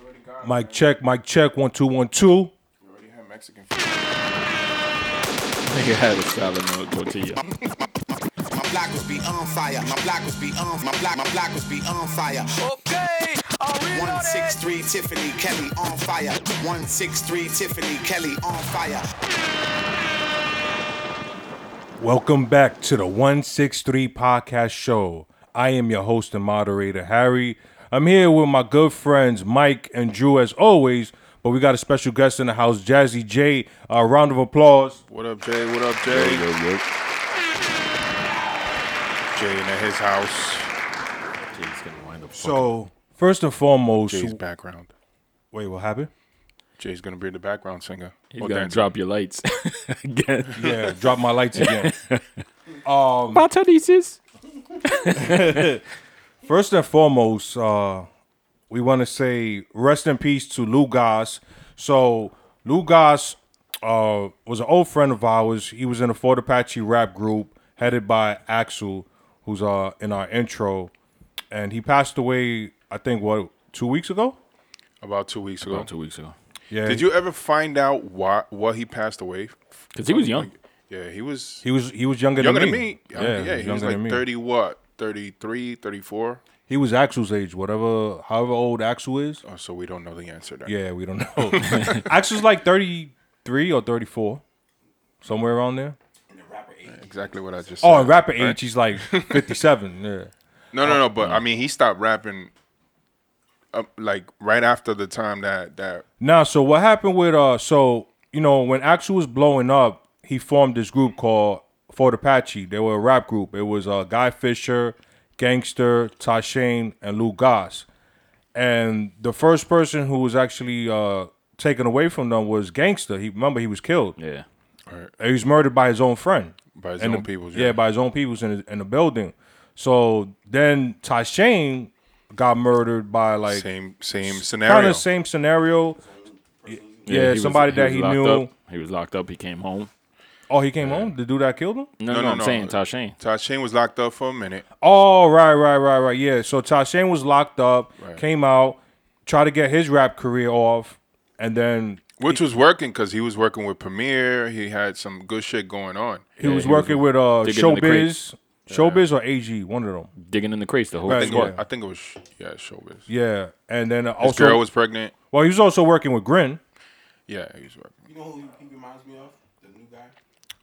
already got Mic check, mic check, one, two, one, two. We already had Mexican food. Nigga had a salad and a tortilla. My block was be on fire. My block was be on. My block. My block was be on fire. Okay, are we One loaded? six three Tiffany Kelly on fire. One six three Tiffany Kelly on fire. Welcome back to the 163 Podcast Show. I am your host and moderator, Harry. I'm here with my good friends, Mike and Drew, as always, but we got a special guest in the house, Jazzy J. A round of applause. What up, Jay? What up, Jay? Jay in his house. Jay's gonna wind up. So, first and foremost, Jay's background. wait, what happened? Jay's gonna be the background singer. He's Or gonna dancer. drop your lights again. Yeah, drop my lights again. Patadesis. First and foremost, uh, we want to say rest in peace to Lugas. So Lugas uh, was an old friend of ours. He was in a Fort Apache rap group headed by Axel, who's uh, in our intro, and he passed away. I think what two weeks ago. about two weeks ago. About two weeks ago, Yeah. Did you ever find out why what he passed away? because he was young. Yeah, he was He was he was younger, younger than than me. me. Yeah, Yeah, he yeah was he was younger than like me. thirty what? 33, 34? He was Axel's age, whatever, however old Axel is. Oh, so we don't know the answer. Then. Yeah, we don't know. Axel's like thirty three or thirty four, somewhere around there. exactly what I just. Oh, said. and rapper age, he's like 57. Yeah. No, no, no. oh. But I mean, he stopped rapping, uh, like right after the time that that Now, so what happened with uh? So you know, when Axel was blowing up, he formed this group called Fort Apache. They were a rap group. It was uh, Guy Fisher, Gangster, Tashane, and Lou Goss. And the first person who was actually uh taken away from them was Gangster. He remember he was killed. Yeah. He was murdered by his own friend. By his And own the- peoples, Yeah. yeah. by his own peoples in the, in the building. So then Tashane got murdered by like same same kind scenario. of same scenario. Yeah, he was- somebody that was he locked knew. up. He was locked up. He came home. Oh, he came home. The dude that killed him. No, No, no, no, I'm no. saying Tashane. Tashane was locked up for a minute. Oh, right, right, right, right. Yeah. So Tashane was locked up. Came out, tried to get his rap career off, and then Which was working because he was working with Premier. He had some good shit going on. he Yeah, was he was working with uh digging in the Showbiz, Showbiz or AG, one of them. Digging in the crates the whole Right, I think, squad. it, was, I think it was yeah, Showbiz. His Yeah, and then girl also was pregnant. well, he was also working with Grin. Yeah, he was working. You know who he reminds me of? The new guy?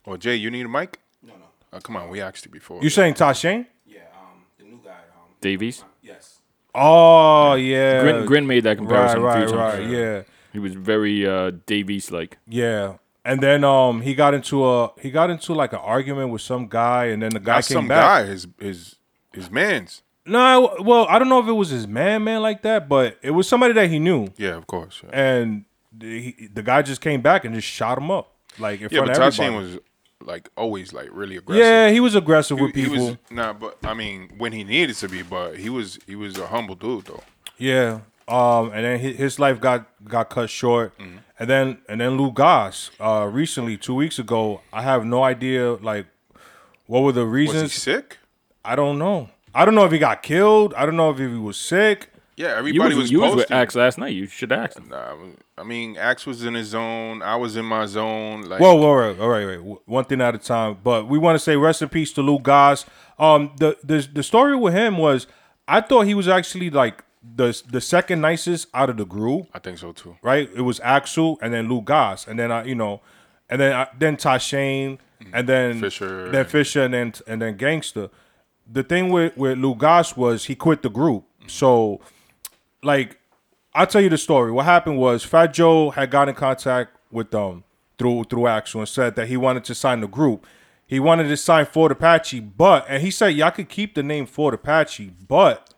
Oh, Jay, you need a mic? No, no. Oh, come on, we asked you before. You saying Tashane? Yeah, um, the new guy. Um, Davies. yes. Oh yeah, Grin, Grin made that right, comparison right, three times. right. Yeah. He was very uh, Davies like. Yeah. And then um he got into a he got into like an argument with some guy and then the guy Not came some back. guy, his his his man's. No, well, I don't know if it was his man man like that, but it was somebody that he knew. Yeah, of course. Yeah, And the, he, the guy just came back and just shot him up. Like in yeah front but of everybody. Tashane was like always like really aggressive. Yeah, he was aggressive with he, he people. was nah, but I mean when he needed to be, but he was he was a humble dude though. Yeah. Um, and then his, his life got got cut short, Mm-hmm. and then and then Lou Goss, uh, recently two weeks ago, I have no idea like what were the Was he reasons. sick? I don't know. I don't know if he got killed. I don't know if he was sick. Yeah, You was, everybody was, you was posting. with Axe last night. You should ask him. Nah, I was- I mean Axe was in his zone. I was in my zone. Like Whoa, whoa, all right, all right, all right. W- One thing at a time. But we want to say rest in peace to Lou Goss. Um, the the the story with him was, I thought he was actually like the the second nicest out of the group. I think so too. right? It was Axel and then Lou Goss, and then I, you know, and then I, then Tashane, and then Fisher. then Fisher, and then and then Gangster. The thing with with Lou Goss was he quit the group, so like I'll tell you the story. What happened was Fat Joe had got in contact with them through through Axel and said that he wanted to sign the group. He wanted to sign Fort Apache, but and he said y'all could keep the name Fort Apache, but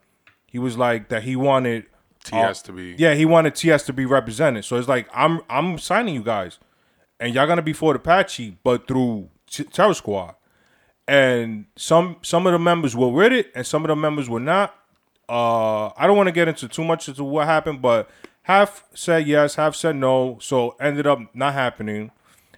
he was like that he wanted TS to be Oh. yeah, he wanted TS to be represented. So it's like I'm I'm signing you guys, and y'all gonna be for Apache, but through T- Terror Squad. And some some of the members were with it, and some of the members were not. Uh, I don't want to get into too much into what happened, but half said yes, half said no. So ended up not happening.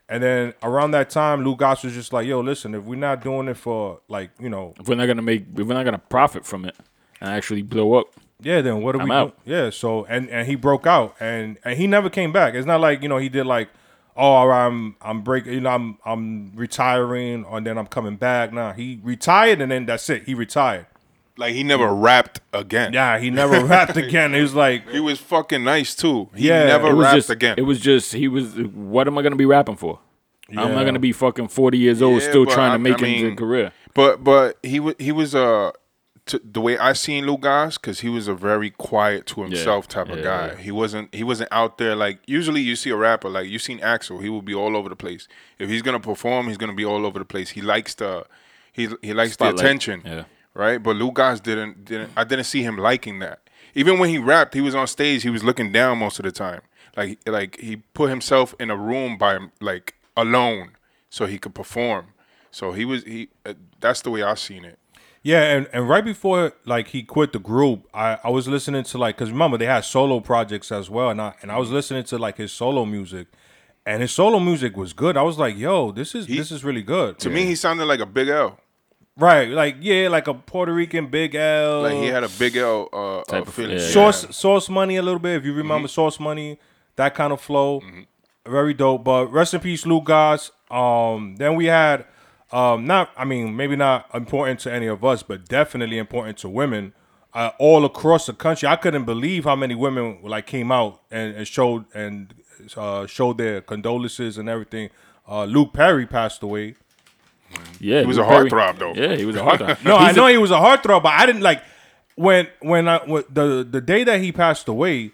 And then around that time, Lou Goss was just like, "Yo, listen, if we're not doing it for like you know If we're not gonna make, if we're not gonna profit from it, and actually blow up. Yeah, then what do I'm we out. do? Yeah, so and and he broke out and and he never came back. It's not like, you know, he did like oh, all right, I'm I'm breaking, you know, I'm I'm retiring and then I'm coming back. Nah, he retired and then that's it. He retired. Like he never rapped again. Yeah, he never rapped again. He was like He was fucking nice too. He Yeah. never It It was rapped just again. It was just he was. What am I gonna be rapping for? I'm Yeah. not gonna be fucking 40 years old Yeah, still but trying I- to make I it into a mean, career. But but he was he was uh, t- the way I seen Lil Guys because he was a very quiet to himself type of yeah, guy. yeah. He wasn't he wasn't out there like usually you see a rapper like you seen Axel he will be all over the place. If he's gonna perform, he's gonna be all over the place. He likes the he he likes Spotlight. the attention. Yeah. Right, but Lil Guys didn't didn't I didn't see him liking that. Even when he rapped, he was on stage. He was looking down most of the time. Like like he put himself in a room by him- like alone so he could perform. So he was he. Uh, that's the way I seen it. Yeah, and, and right before like he quit the group, I, I was listening to like because remember they had solo projects as well, and I and I was listening to like his solo music, and his solo music was good. I was like, yo, this is this is really good To me, he sounded like a Big L. right? Like yeah, like a Puerto Rican Big L, Like he had a Big L uh, uh of- feeling. yeah, yeah. Source Source Money a little bit if you remember Mm-hmm. Source Money, that kind of flow, very dope. But rest in peace, Lou Goss. Um, then we had um not I mean maybe not important to any of us, but definitely important to women. Uh, all across the country, I couldn't believe how many women like came out and, and showed and uh, showed their condolences and everything. Uh, Luke Perry passed away. Yeah, he was a heartthrob, though. Yeah, he was a heartthrob. No, I He's a- know he was a heartthrob, but I didn't like when when I when, the the day that he passed away.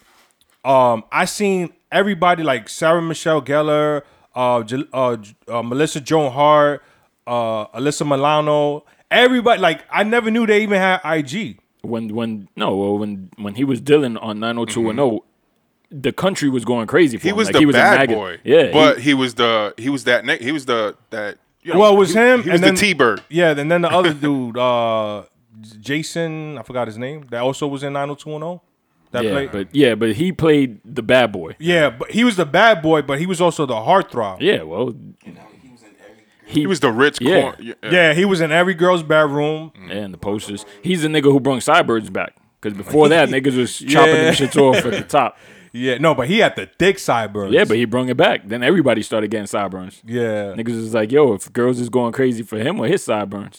Um, I seen everybody like Sarah Michelle Gellar, uh, J- uh, J- uh Melissa Joan Hart, uh, Alyssa Milano. Everybody like I never knew they even had IG. when when no well, when when he was dealing on 90210 the country was going crazy for Mm-hmm. He him was Like, the he was a bad maggot. boy. yeah but he, he, was the he was that ne- he was the that. You know, Well, it was he- him. He was and the then- T Bird. Yeah, and then the other dude, uh, J- Jason, I forgot his name. That also was in 90210. That yeah played. but yeah but he played the bad boy yeah, but he was the bad boy, but he was also the heartthrob. yeah well Now, he was in every he, He was the rich. Yeah. Corn, yeah. Yeah, he was in every girl's bedroom. and the posters he's the nigga who brung cyberds back because before that niggas was chopping them shits off at the top Yeah, no, but he had the thick sideburns. yeah but he brung it back then everybody started getting sideburns yeah, niggas was like yo if girls is going crazy for him or his sideburns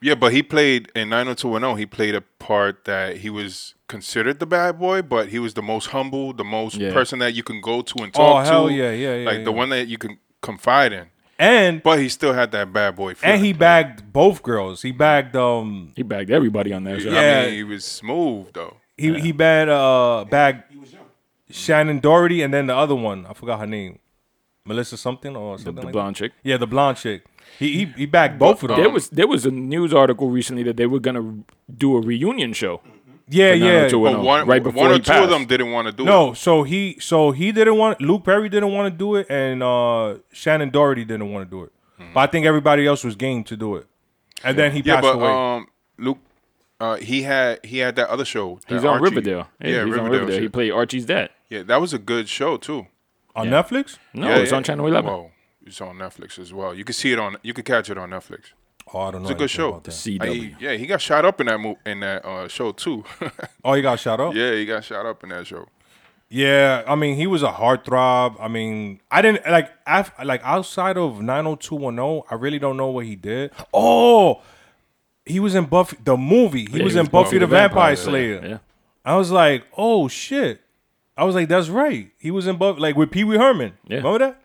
Yeah, but he played in 90210, he played a part that he was considered the bad boy, but he was the most humble, the most Yeah. Oh, person that you can go to and talk Oh, to. hell yeah, yeah, yeah, Like yeah. the one that you can confide in. and But he still had that bad boy feeling. and he bagged both girls. He bagged um he bagged everybody on that show. I Yeah. mean, he was smooth though. he he bagged uh bagged Shannon Doherty and then the other one I forgot her name, Melissa something or the, something the like blonde chick That. Yeah, the blonde chick. He he, he bagged both of them. There was there was a news article recently that they were gonna do a reunion show. yeah yeah. 90210. But No, one, right one before or he two of passed. them didn't want to do it. No, so he so he didn't want Luke Perry didn't want to do it, and uh Shannon Doherty didn't want to do it. Hmm. But I think everybody else was game to do it, and then he Yeah, passed but away. um Luke uh, he had he had that other show. that He's on Archie- Riverdale. Yeah, he's on Riverdale. He shit. played Archie's dad. yeah, that was a good show too. On Netflix. No, yeah, it's yeah. on Channel Eleven. Whoa, it's on Netflix as well. You can see it on you can catch it on Netflix. Oh, I don't know. It's a good anything show. about that. CW. I- yeah, he got shot up in that mo- in that uh, show too. Oh, he got shot up. yeah, he got shot up in that show. Yeah, I mean, he was a heartthrob. I mean, I didn't like af, like outside of 90210, I really don't know what he did. Oh, he was in Buffy the movie. He Yeah, was he in was Buffy the Vampire, Slayer. Slayer. Yeah. I was like, "Oh shit." I was like, "That's right. He was in Buffy like with Pee-wee Herman." Yeah. Remember that?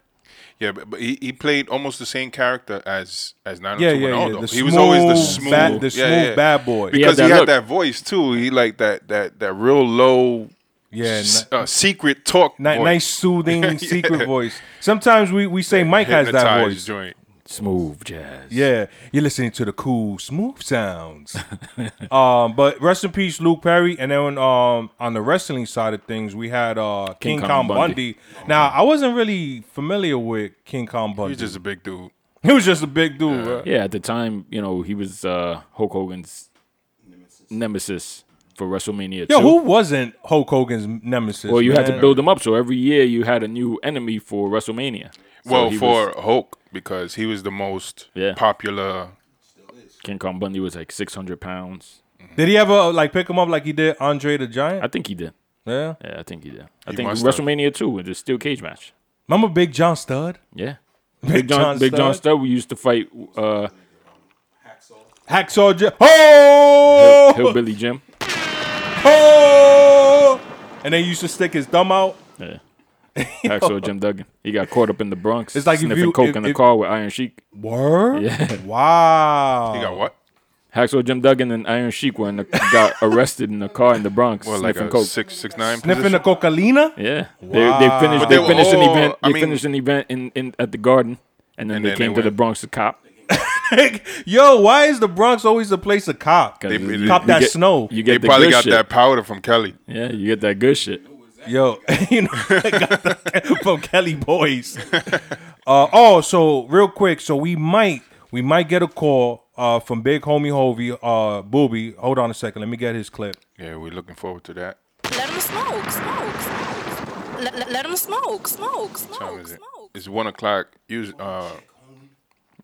Yeah, but, but he, he played almost the same character as as nine Yeah, hundred two yeah, one yeah, zero. the He was always the smooth smooth, bad- the yeah, smooth yeah. bad boy. He had Because he that had, look. that voice too. He like that that that real low, Yeah. s- uh, secret talk, ni- ni- voice. nice soothing secret voice. Sometimes we we say Mike has that Hypnotized voice. joint. Smooth jazz. Yeah, you're listening to the cool, smooth sounds. um, but rest in peace, Luke Perry. And then um, on the wrestling side of things, we had uh, King, King Kong Kong Bundy. Now, I wasn't really familiar with King Kong Bundy. He's just a big dude. he was just a big dude. bro. Yeah, at the time, you know, he was uh, Hulk Hogan's nemesis for WrestleMania. Yo, two. who wasn't Hulk Hogan's nemesis? Well, you had to man? build him up, so every year you had a new enemy for WrestleMania. So well, he for was- Hulk because he was the most Yeah. popular. King Kong Bundy was like six hundred pounds. Did he ever like pick him up like he did Andre the Giant? I think he did. yeah. Yeah, I think he did. I think must have. WrestleMania two with the steel cage match. Remember Big John Studd? Yeah. Big John, Big John Studd? Studd, we used to fight uh, Hacksaw Jim. Oh! Hillbilly Jim. Oh! And they used to stick his thumb out. Yeah. Hacksaw Jim Duggan. He got caught up in the Bronx. It's like if sniffing you- coke if- in the if- car with Iron Sheik. Word? Yeah. Wow. He got what? Hacksaw Jim Duggan and Iron Sheik were in the, got arrested in a car in the Bronx What, like sniffing a coke. six six nine Sniffing the position? cocalina? Yeah, they, they finished. they They, were finished an all- event. I They mean- finished an event in, in at the Garden, and then And they then came they to the went. Bronx to cop. Yo, why is the Bronx always the place to cop? 'Cause They- you- Cop you that get- snow. You get They the probably good got shit. that powder from Kelly. Yeah, you get that good shit. Yo, you know, I got that from Kelly Boys. Uh, oh, so real quick, so we might we might get a call uh, from Big Homie Hovey, uh, Booby. Hold on a second, let me get his clip. Yeah, we're looking forward to that. Let him smoke, smoke, smoke. Let, let, let him smoke, smoke, What time smoke, is it? smoke. It's one o'clock. Us- uh,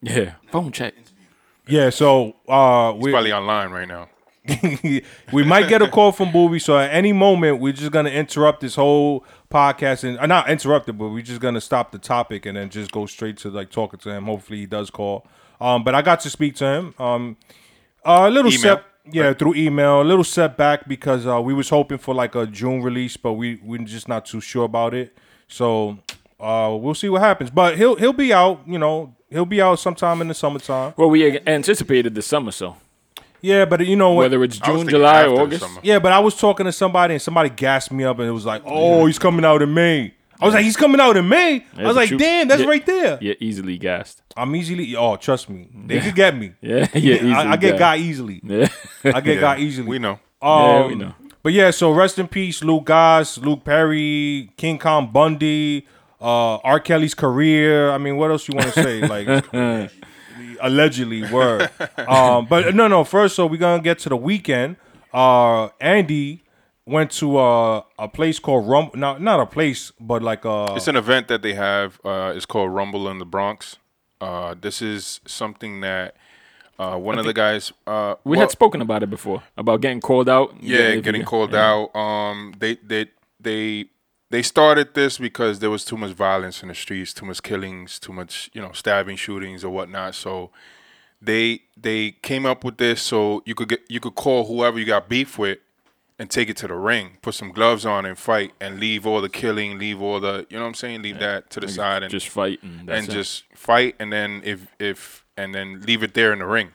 Yeah, phone check. Yeah, so uh, it's we probably online right now. we might get a call from Booby. So at any moment, we're just gonna interrupt this whole podcast and uh, not interrupt it, but we're just gonna stop the topic and then just go straight to like talking to him. Hopefully, he does call. Um, but I got to speak to him. Um, a little Email, set, yeah, through email. A little setback because uh, we was hoping for like a June release, but we we're just not too sure about it. So uh, we'll see what happens. But he'll he'll be out. You know, he'll be out sometime in the summertime. Well, we anticipated the summer, so Yeah, but you know what? whether it's I was June, thinking July, after or the August. summer. Yeah, but I was talking to somebody and somebody gassed me up and it was like, oh, he's coming out in May. I was like, he's coming out in May. I was Yeah, but like, you- damn, that's yeah, right there. Yeah, easily gassed. I'm easily, oh, trust me, they could get me. Yeah, yeah, easily I, I get got gassed. easily. Yeah. I get Yeah, got easily. We know. Um, we know. But yeah, so rest in peace, Luke Goss, Luke Perry, King Kong Bundy, uh, R. Kelly's career. I mean, what else you want to say? Like, allegedly, word. Um, but no, no. First, so we're gonna get to the weekend. Uh, Andy went to uh, a place called Rum. Not not a place, but like uh, It's an event that they have. Uh, it's called Rumble in the Bronx. Uh, this is something that uh, one of the guys. Uh, We well, had spoken about it before about getting called out. yeah, if you getting get- called out. Um, they they they they started this because there was too much violence in the streets, too much killings, too much you know stabbing, shootings, or whatnot. So they they came up with this so you could get you could call whoever you got beef with and take it to the ring, put some gloves on and fight, and leave all the killing, leave all the you know what I'm saying, leave that to the side and Just fight and, that's and it. just fight, and then if if and then leave it there in the ring.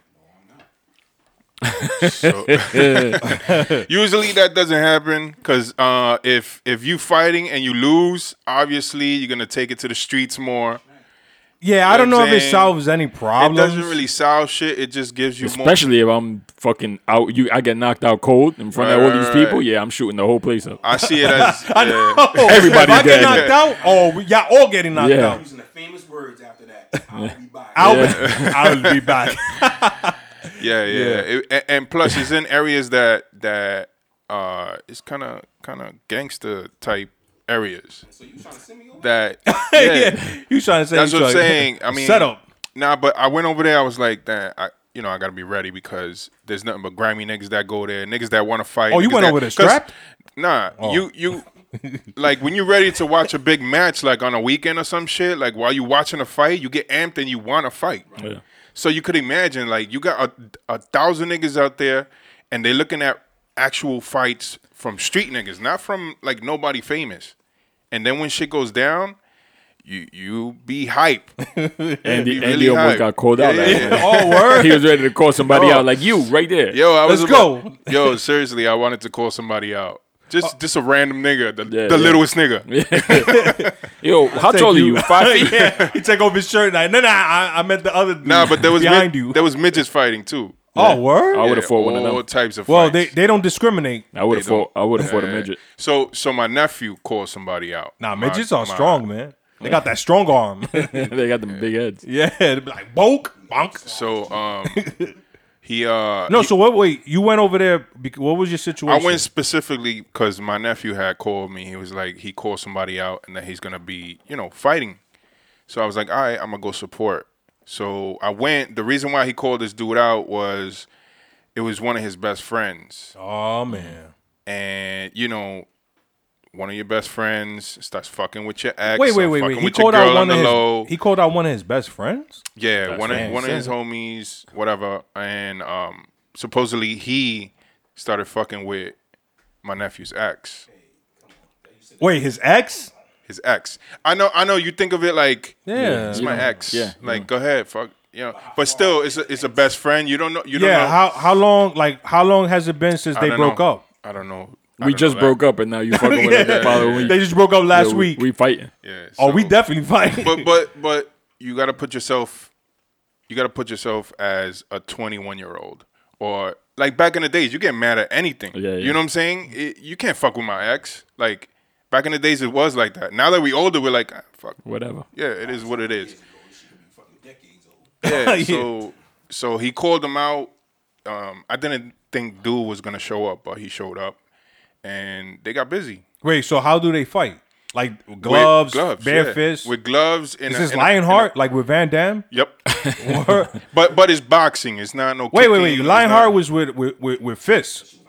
so, usually that doesn't happen because uh, if if you fighting and you lose, obviously you're gonna take it to the streets more. yeah. I don't know if it saying? solves any It problems. doesn't really solve shit. It just gives you more. Especially if I'm fucking out, you I get knocked out cold in front of Right, all right, these right. people. Yeah, I'm shooting the whole place up. I see it as yeah. Everybody If I get dead. knocked out, oh, we- y'all all getting knocked Yeah. out. Using the famous words after that. I'll be back. I'll, I'll be back. yeah, yeah. yeah. It- a- and, plus, it's in areas that that uh, it's kind of kind of gangster type areas. So you trying to send me over? That yeah. You trying to say That's you what I'm trying- saying. I mean, set up. Nah, but I went over there. I was like, that. I, you know, I gotta be ready because there's nothing but grimy niggas that go there, niggas that want to fight. Oh, you niggas went that- over there 'cause- strapped? Oh. Nah, you you. like when you're ready to watch a big match, like on a weekend or some shit, like while you watching a fight, you get amped and you want to fight. So you could imagine, like you got a, a thousand niggas out there, and they're looking at actual fights from street niggas, not from like nobody famous. And then when shit goes down, you you be hype. Andy, really Andy almost hype. got called out. Yeah, that yeah, yeah. day. Oh, word. he was ready to call somebody out like you right there. Yo, I was Let's about- Yo, seriously, I wanted to call somebody out. Just Uh, just a random nigga, the, Yeah, the yeah. littlest nigga. Yo, how tall are you? Five feet. yeah, he take off his shirt and I, no, no, I, I meant the other dude Nah, but there was behind mid- you. there was midgets fighting too. oh, word. I would have fought one of all them. types of well, fights. they, they don't discriminate. I would have They don't. fought. I would have fought a Yeah. midget. So so my nephew called somebody out. Nah, My- midgets are my- strong, man. They got that strong arm. they got them big heads. yeah, they be like bulk, bonk. So um, he uh No, so what? Wait, you went over there. bec- What was your I situation? went specifically because my nephew had called me. He was like, he called somebody out and that he's gonna be, you know, fighting. So I was like, all right, I'm gonna go support. So I went. The reason why he called this dude out was it it was one of his best friends, Oh man. and you know, one of your best friends starts fucking with your ex. Wait, or wait, wait, fucking wait. He with your called out girl on one the of low. his. He called out one of his best friends. Yeah, one of man, one of say his that. homies, whatever, and um, supposedly he started fucking with my nephew's ex. Wait, his ex. His ex. I know. I know. You think of it like Yeah. it's Yeah. my ex. yeah, Like go ahead, fuck. You know, but still, it's a, it's a best friend. You don't know. You don't know. How how long? Like how long has it been since I they don't broke know. up? I don't know. I We don't just know that. broke up, and now you fucking with the following week. They just broke up last Yeah, we- week. We, fighting. Yeah. oh, we so- definitely fighting. But but but you gotta put yourself. You gotta put yourself as a 21 year old, or like back in the days, you get mad at anything. Yeah, yeah. You know what I'm saying? It- you can't fuck with my ex. Like back in the days, it was like that. Now that we older, we're like, ah, fuck. Whatever. Yeah, it is what it is. Decades old. Yeah. Yeah. So so he called him out. Um, I didn't think dude was gonna show up, but he showed up, and they got busy. Wait, so how do they fight? Like With gloves, bare yeah. fists. with gloves. And Is this Lionheart like with Van Damme? Yep. Or- but but it's boxing. It's not no. wait, wait, kicking, wait. it's Lionheart not- was with with with, with fists.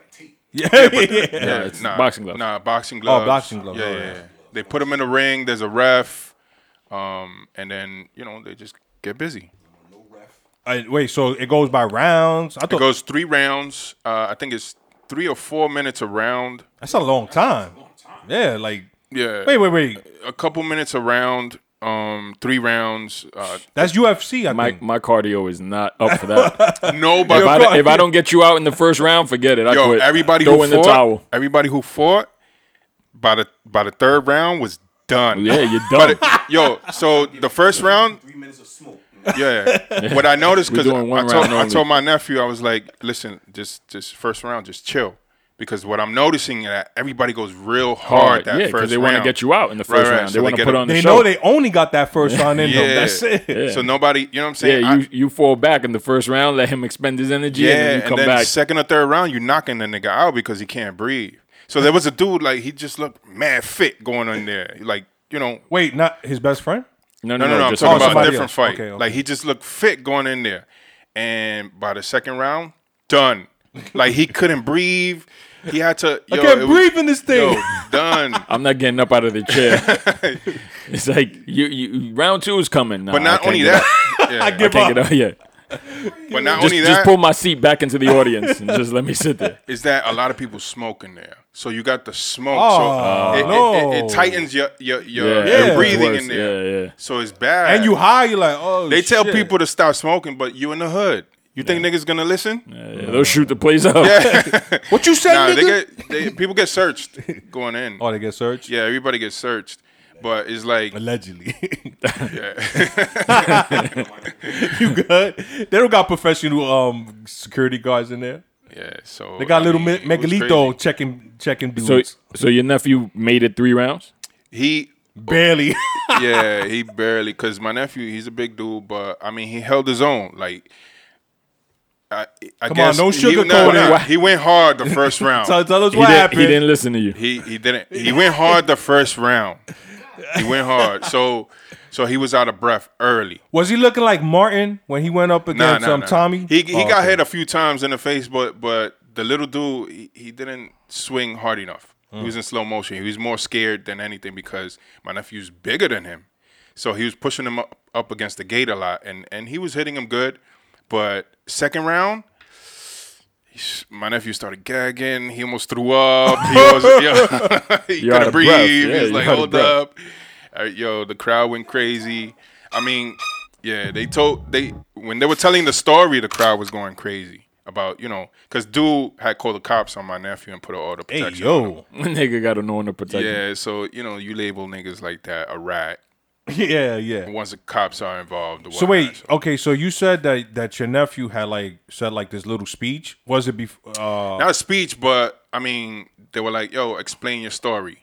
Yeah, yeah, it's boxing gloves. Nah, boxing gloves. boxing gloves, Yeah, oh, yeah, yeah. yeah. They put him in the ring. There's a ref, um, and then you know they just get busy. Uh, wait, so it goes by rounds. I It thought goes three rounds. Uh, I think it's three or four minutes a round. that's a long time. Yeah, like Yeah, wait, wait, wait. a couple minutes a round. Um, three rounds. Uh, That's UFC. I My Mm. think. my cardio is not up for that. nobody. if, I, don't- if I don't get you out in the first round, forget it. I Yo, quit. everybody throw who in fought, the towel. Everybody who fought by the by the third round was done. Yeah, you're But done. it, yo, so the first round, Three minutes of smoke. yeah. What I noticed We're because I, doing one told- round I only. told my nephew, I was like, listen, just just first round, just chill, because what I'm noticing is that everybody goes real hard, Hard. that Yeah, first because they want want to get you out in the first round. They want to put on the they show. know they only got that first round in Yeah. though. That's it. So nobody, you know what I'm saying? yeah, I- you, you fall back in the first round, let him expend his energy, Yeah, and then you come back. second or third round, you're knocking the nigga out because he can't breathe. So there was a dude like he just looked mad fit going in there, like you know. Wait, not his best friend. no, no, No, no, no. I'm just talking oh, about a somebody different else. fight. Okay, okay. Like he just looked fit going in there, and by the second round, done. Like he couldn't breathe. He had to. I Yo, can't it was- breathe in this thing. Yo, done. I'm not getting up out of the chair. it's like you, you round two is coming. Nah, But I not can't only get that, up. yeah, I give I can't up. get up yet. but not Just, only just that, pull my seat back into the audience and just let me sit there. is that a lot of people smoke in there. So you got the smoke. Oh, so it, no. it, it, it tightens your your your, Yeah, your Yeah. breathing worse. in there. Yeah, yeah. So it's bad. And you high, you're like, oh. They tell shit. people to stop smoking, but you in the hood. You think niggas gonna listen? Yeah, they'll shoot the place up. what you said, Nah, nigga. they get they, people get searched going in. oh, they get searched. Yeah, everybody gets searched, but it's like Allegedly. you good? They don't got professional um security guards in there. yeah. So They got I little mean, me- it was Megalito checking checking So, dudes. so your nephew made it three rounds. crazy. He Oh. Barely. yeah, he barely because my nephew he's a big dude, but I mean he held his own. Like I, I Come guess on, no he, sugarcoating. he went hard the first round. tell, tell us He, what did, happened. he didn't listen to you. He he didn't. He went hard the first round. He went hard. So so he was out of breath early. Was he looking like Martin when he went up Nah, against nah, um, nah. Tommy? He he Oh, got okay. hit a few times in the face, but but the little dude he, he didn't swing hard enough. Hmm. He was in slow motion. He was more scared than anything because my nephew's bigger than him, so he was pushing him up, up against the gate a lot, and and he was hitting him good, but second round. he's- My nephew started gagging. He almost threw up. He, was, yo, he You're out couldn't of breathe. breath. he Yeah, was you're like, out of hold breath." up. Uh, yo, the crowd went crazy. I mean, yeah, they told they when they were telling the story, the crowd was going crazy about you know because dude had called the cops on my nephew and put an order Hey protection. on him. yo, Nigga got a known to protect. him. Yeah, so you know you label niggas like that a rat yeah, yeah. once the cops are involved. or So whatnot, wait, okay. So you said that that your nephew had like said like this little speech. Was it before? Uh, not a speech, but I mean they were like, yo, explain your story.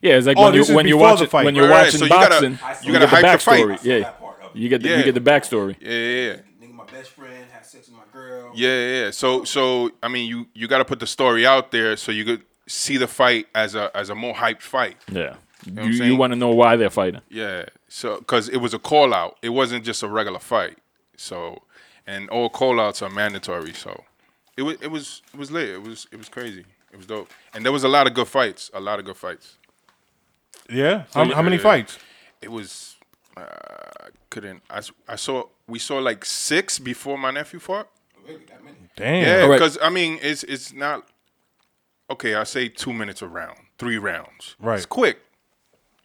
Yeah, it's like Oh, when you this is when you're before the watching fight. when you're Right, right, watching so you gotta- boxing, you gotta get hype the fight. backstory. Yeah, That part of it. you get the, Yeah. you get the backstory. Yeah, yeah, yeah. Nigga, my best friend had sex with my girl. Yeah, yeah. yeah. So so I mean you you got to put the story out there so you could see the fight as a as a more hyped fight. Yeah, what I'm you, you saying? want to know why they're fighting. Yeah. So cuz it was a call out. It wasn't just a regular fight. So and all call outs are mandatory, so it was it was it was lit. It was it was crazy. It was dope. And there was a lot of good fights. A lot of good fights. Yeah. How, how many Yeah. fights? It was uh, I couldn't. I, s- I saw we saw like six before my nephew fought. Really, that many? Damn. Yeah, Alright. because I mean, it's it's not okay. I say two minutes a round, three rounds. Right. it's quick.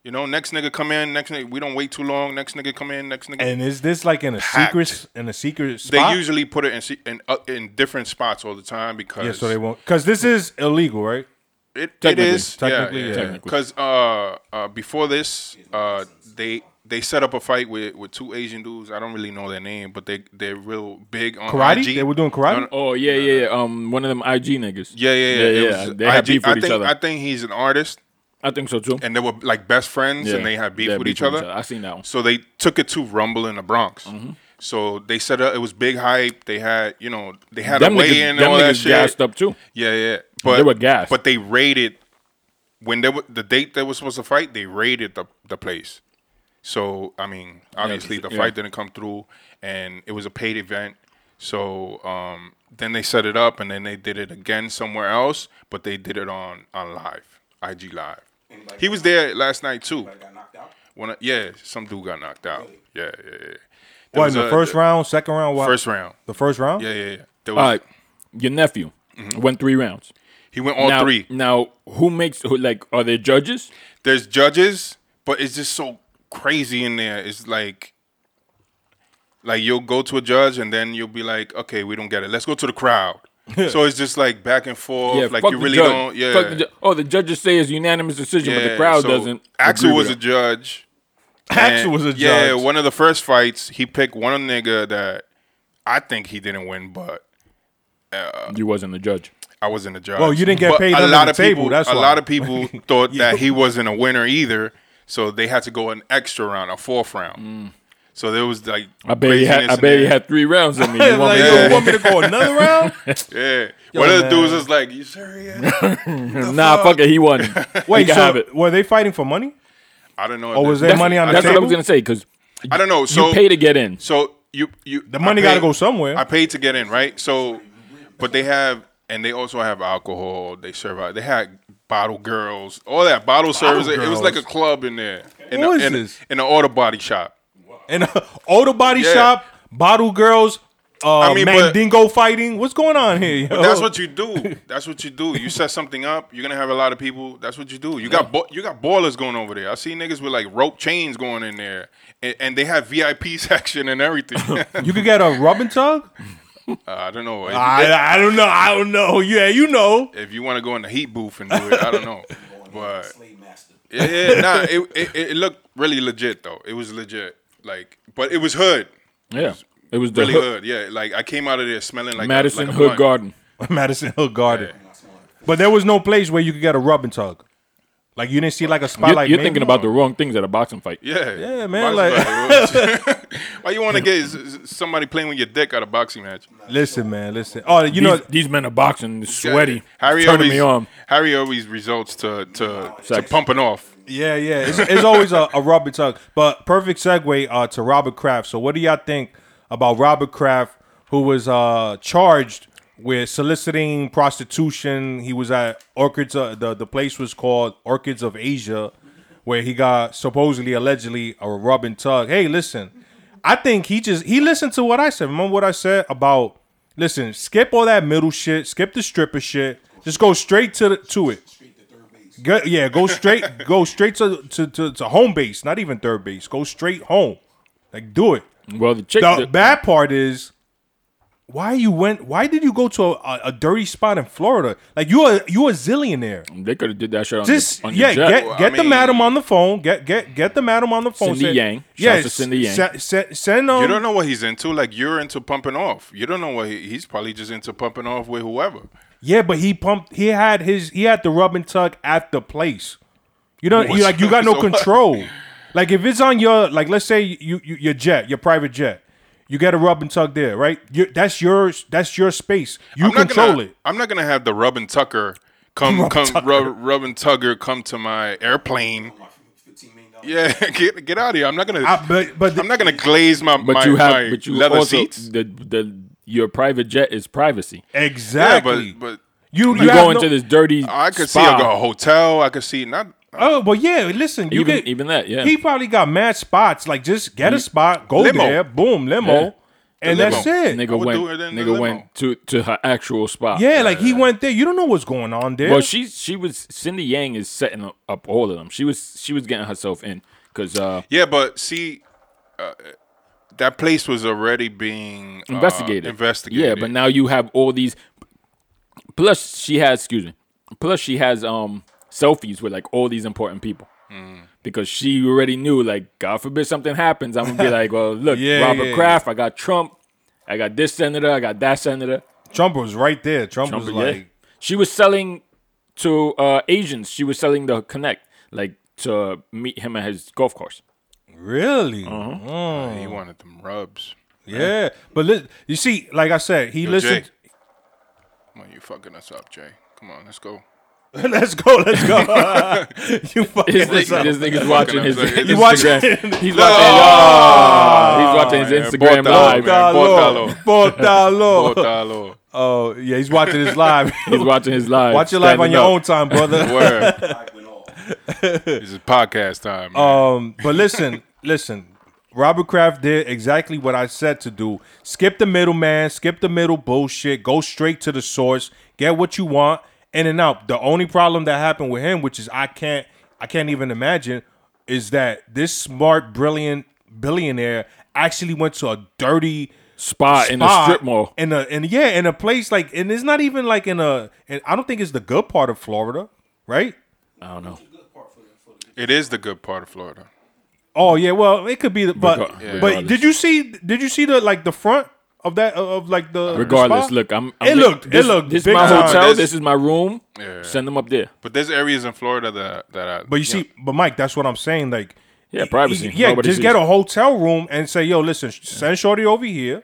You know, next nigga come in, next nigga we don't wait too long. Next nigga come in, next nigga. And is this like in a Packed. secret in a secret they spot? usually put it in se- in, uh, in different spots all the time because yeah, so they won't because this is illegal, right? It, it Technically. is Technically, yeah. Technically. Because uh, uh, before this, uh, they they set up a fight with, with two Asian dudes. I don't really know their name, but they they're real big on Karate? IG. They were doing karate? Oh yeah, yeah, yeah. Um, one of them IG niggas. yeah, yeah, yeah. yeah. It yeah. was They had IG. beef I with think each other. I think he's an artist, I think so too. and they were like best friends, Yeah, and they had beef they with each other. I seen that one. So they took it to Rumble in the Bronx. Mm-hmm. So they set up. It was big hype. They had you know they had Them a weigh niggas, in and them all that niggas shit. Mm-hmm. gassed up too. Yeah, yeah. But were gassed. But they raided when they were the date they were supposed to fight. They raided the the place. So I mean, obviously the yeah. fight didn't come through, and it was a paid event. So um, then they set it up, and then they did it again somewhere else. But they did it on on live, IG live. Anybody He was there last night too. Like, got knocked out? When I, yeah, some dude got knocked out. Yeah, yeah, yeah. There What was in the a- first round, second round, what? First round. The first round? Yeah, yeah, yeah. There was, All right, your nephew went three rounds. He went all now, Mm-hmm. Oh, three. Now, who makes who? Like, are there judges? there's judges, but it's just so crazy in there. It's like like you'll go to a judge and then you'll be like, okay, we don't get it. Let's go to the crowd. so it's just like back and forth. like fuck you the really judge. don't. Yeah. Fuck the ju- oh, the judges say it's unanimous decision, but the yeah, crowd so doesn't. Axel agree was a with it. judge. Axel and- was a Yeah, judge. one of the first fights, he picked one nigga that I think he didn't win, but You wasn't a judge. I wasn't a judge. Well, you didn't get But paid A under lot the of table, people. that's a why. lot of people thought that he wasn't a winner either, so they had to go an extra round, a fourth round. Mm. So there was like I bet he had. I craziness in bet he there. had three rounds in me. You want like, me you don't want me to go another round? Yeah, one of the man. dudes is like, "You serious?" to- nah, fuck it. He won. he Wait, can so have it. were they fighting for money? I don't know. Or if Oh, was that- there money on the That's what I was table? gonna say because I don't know. So you pay to get in. So you you the money gotta go somewhere. I paid to get in, right? So, but they have and they also have alcohol. They serve out. They had bottle girls, all that bottle, service. It was like a club in there. In What a- is in, a- this? in an auto body shop. And uh, older body Yeah. shop, bottle girls, uh, I mean, but- Mandingo fighting. What's going on here? yo? That's what you do. That's what you do. You set something up. You're gonna have a lot of people. That's what you do. You got bo- you got ballers going over there. I see niggas with like rope chains going in there, and, and they have VIP section and everything. uh, you could get a rub and tug. I don't know. If, I, I don't know. I don't know. Ah, Yeah, you know. if you want to go in the heat booth and do it, I don't know. But Slave master. yeah, yeah, nah, it, it it looked really legit though. It was legit. Like, but it was hood, Yeah, it was the really hood- hood. Yeah, like I came out of there smelling like a- Madison like a Hood blunt. Garden. Madison Hill Garden. But there was no place where you could get a rub and tug. Like you didn't see like a You're, spotlight. you're maybe? thinking about the wrong things at a boxing fight. Yeah, Yeah, man, like, why you want to get s- s- somebody playing with your dick at a boxing match? Listen, man. Listen. Oh, you You know. know these men are boxing it's sweaty. Harry It's turning always, me on. Harry always results to to, to Sex. pumping off. Yeah, yeah. It's, it's always a, a rub and tug. But perfect segue uh, to Robert Kraft. So, what do y'all think about Robert Kraft, who was uh, charged with soliciting prostitution? He was at Orchids. Uh, the the place was called Orchids of Asia, where he got supposedly, allegedly, a rub and tug. Hey, listen, I think he just he listened to what I said. Remember what I said about listen, skip all that middle shit, skip the stripper shit, just go straight to the, to it. Go, yeah, go straight, go straight to, to to to home base. Not even third base. Go straight home. Like do it. Well, the chick. The that- bad part is why you went. Why did you go to a, a, a dirty spot in Florida? Like you a you a zillionaire. They could have did that shit on Just the, on yeah, the jet. get I get the mean- madam on the phone. Get get get the madam on the phone. Cindy Say- Yang. Shouts Yeah, to Cindy Yang. se- se- send um, You don't know what he's into. Like you're into pumping off. You don't know what he, he's probably just into pumping off with whoever. Yeah, but he pumped. He had his. He had the rub and tuck at the place. You know, you, like you got no So what? control. Like if it's on your like, let's say you, you your jet, your private jet, you got a rub and tuck there, right? You, that's yours. That's your space. You I'm not control gonna, it. I'm not gonna have the rub and tucker come come Rub, rub and tugger come to my airplane. My fifteen million dollars. Yeah, get get out of here. I'm not gonna. I, but but I'm not gonna glaze my But my, you have, my but you leather also seats. the the your private jet is privacy. Exactly. Yeah, but but you You, Oh, have go into no- this dirty. I could see spa. like a hotel. I could see not. Oh well, yeah. Listen, you Even- get even that, yeah. He probably got mad spots. Like just get a spot, go Limo. there, boom, limo, Yeah. and The that's limo. it. I Nigga would went. do it in the Nigga limo. went to to her actual spot. yeah, like he went there. You don't know what's going on there. Well, she she was Cindy Yang is setting up- up all of them. She was she was getting herself in because uh, Yeah, but see, uh, that place was already being uh, investigated. investigated. Yeah, but now you have all these. Plus, she has excuse me. Plus, she has um selfies with like all these important people. Because she already knew, like, God forbid something happens, I'm gonna be like, well, look, Yeah, Robert yeah, Kraft, I got Trump, I got this senator, I got that senator. Trump was right there. Trump, Trump, was yeah. like, she was selling to uh, Asians. She was selling the Connect, like to meet him at his golf course. really? Uh-huh. he wanted them rubs. Yeah. But li- you see, like I said, he Yo, listened. Come on, you fucking us up, Jay. Come on, let's go. let's go. Let's go. you This, fucking. nigga, this nigga's watching his, Fucking his upset. watching- Instagram. He's watching. he's watching yeah, his Instagram Botalo, live. man. Botalo. Botalo. Botalo. Oh yeah, he's watching this live. He's watching his live. Watch your live on standing your up. own time, brother. Word. I went off. this is podcast time. man. Um, but listen, listen. Robert Kraft did exactly what I said to do. Skip the middleman, skip the middle bullshit, go straight to the source, get what you want, in and out. The only problem that happened with him, which is I can't I can't even imagine, is that this smart, brilliant billionaire actually went to a dirty spot in a spot strip mall. in a and yeah in a place like and it's not even like in a and I don't think it's the good part of Florida right I don't know. it is the good part of Florida. Oh yeah, well it could be, the, but Regar- yeah. but Regardless. did you see did you see the like the front of that of like the the Regardless, spot? look, I'm. I'm it looked This, it looked This is big my time. hotel. This- This is my room. Yeah. Send them up there. But there's areas in Florida that that I, But you see, but Mike, that's what I'm saying. Like Yeah, privacy. yeah, Nobody just sees. get a hotel room and say, yo, listen, sh send Shorty over here.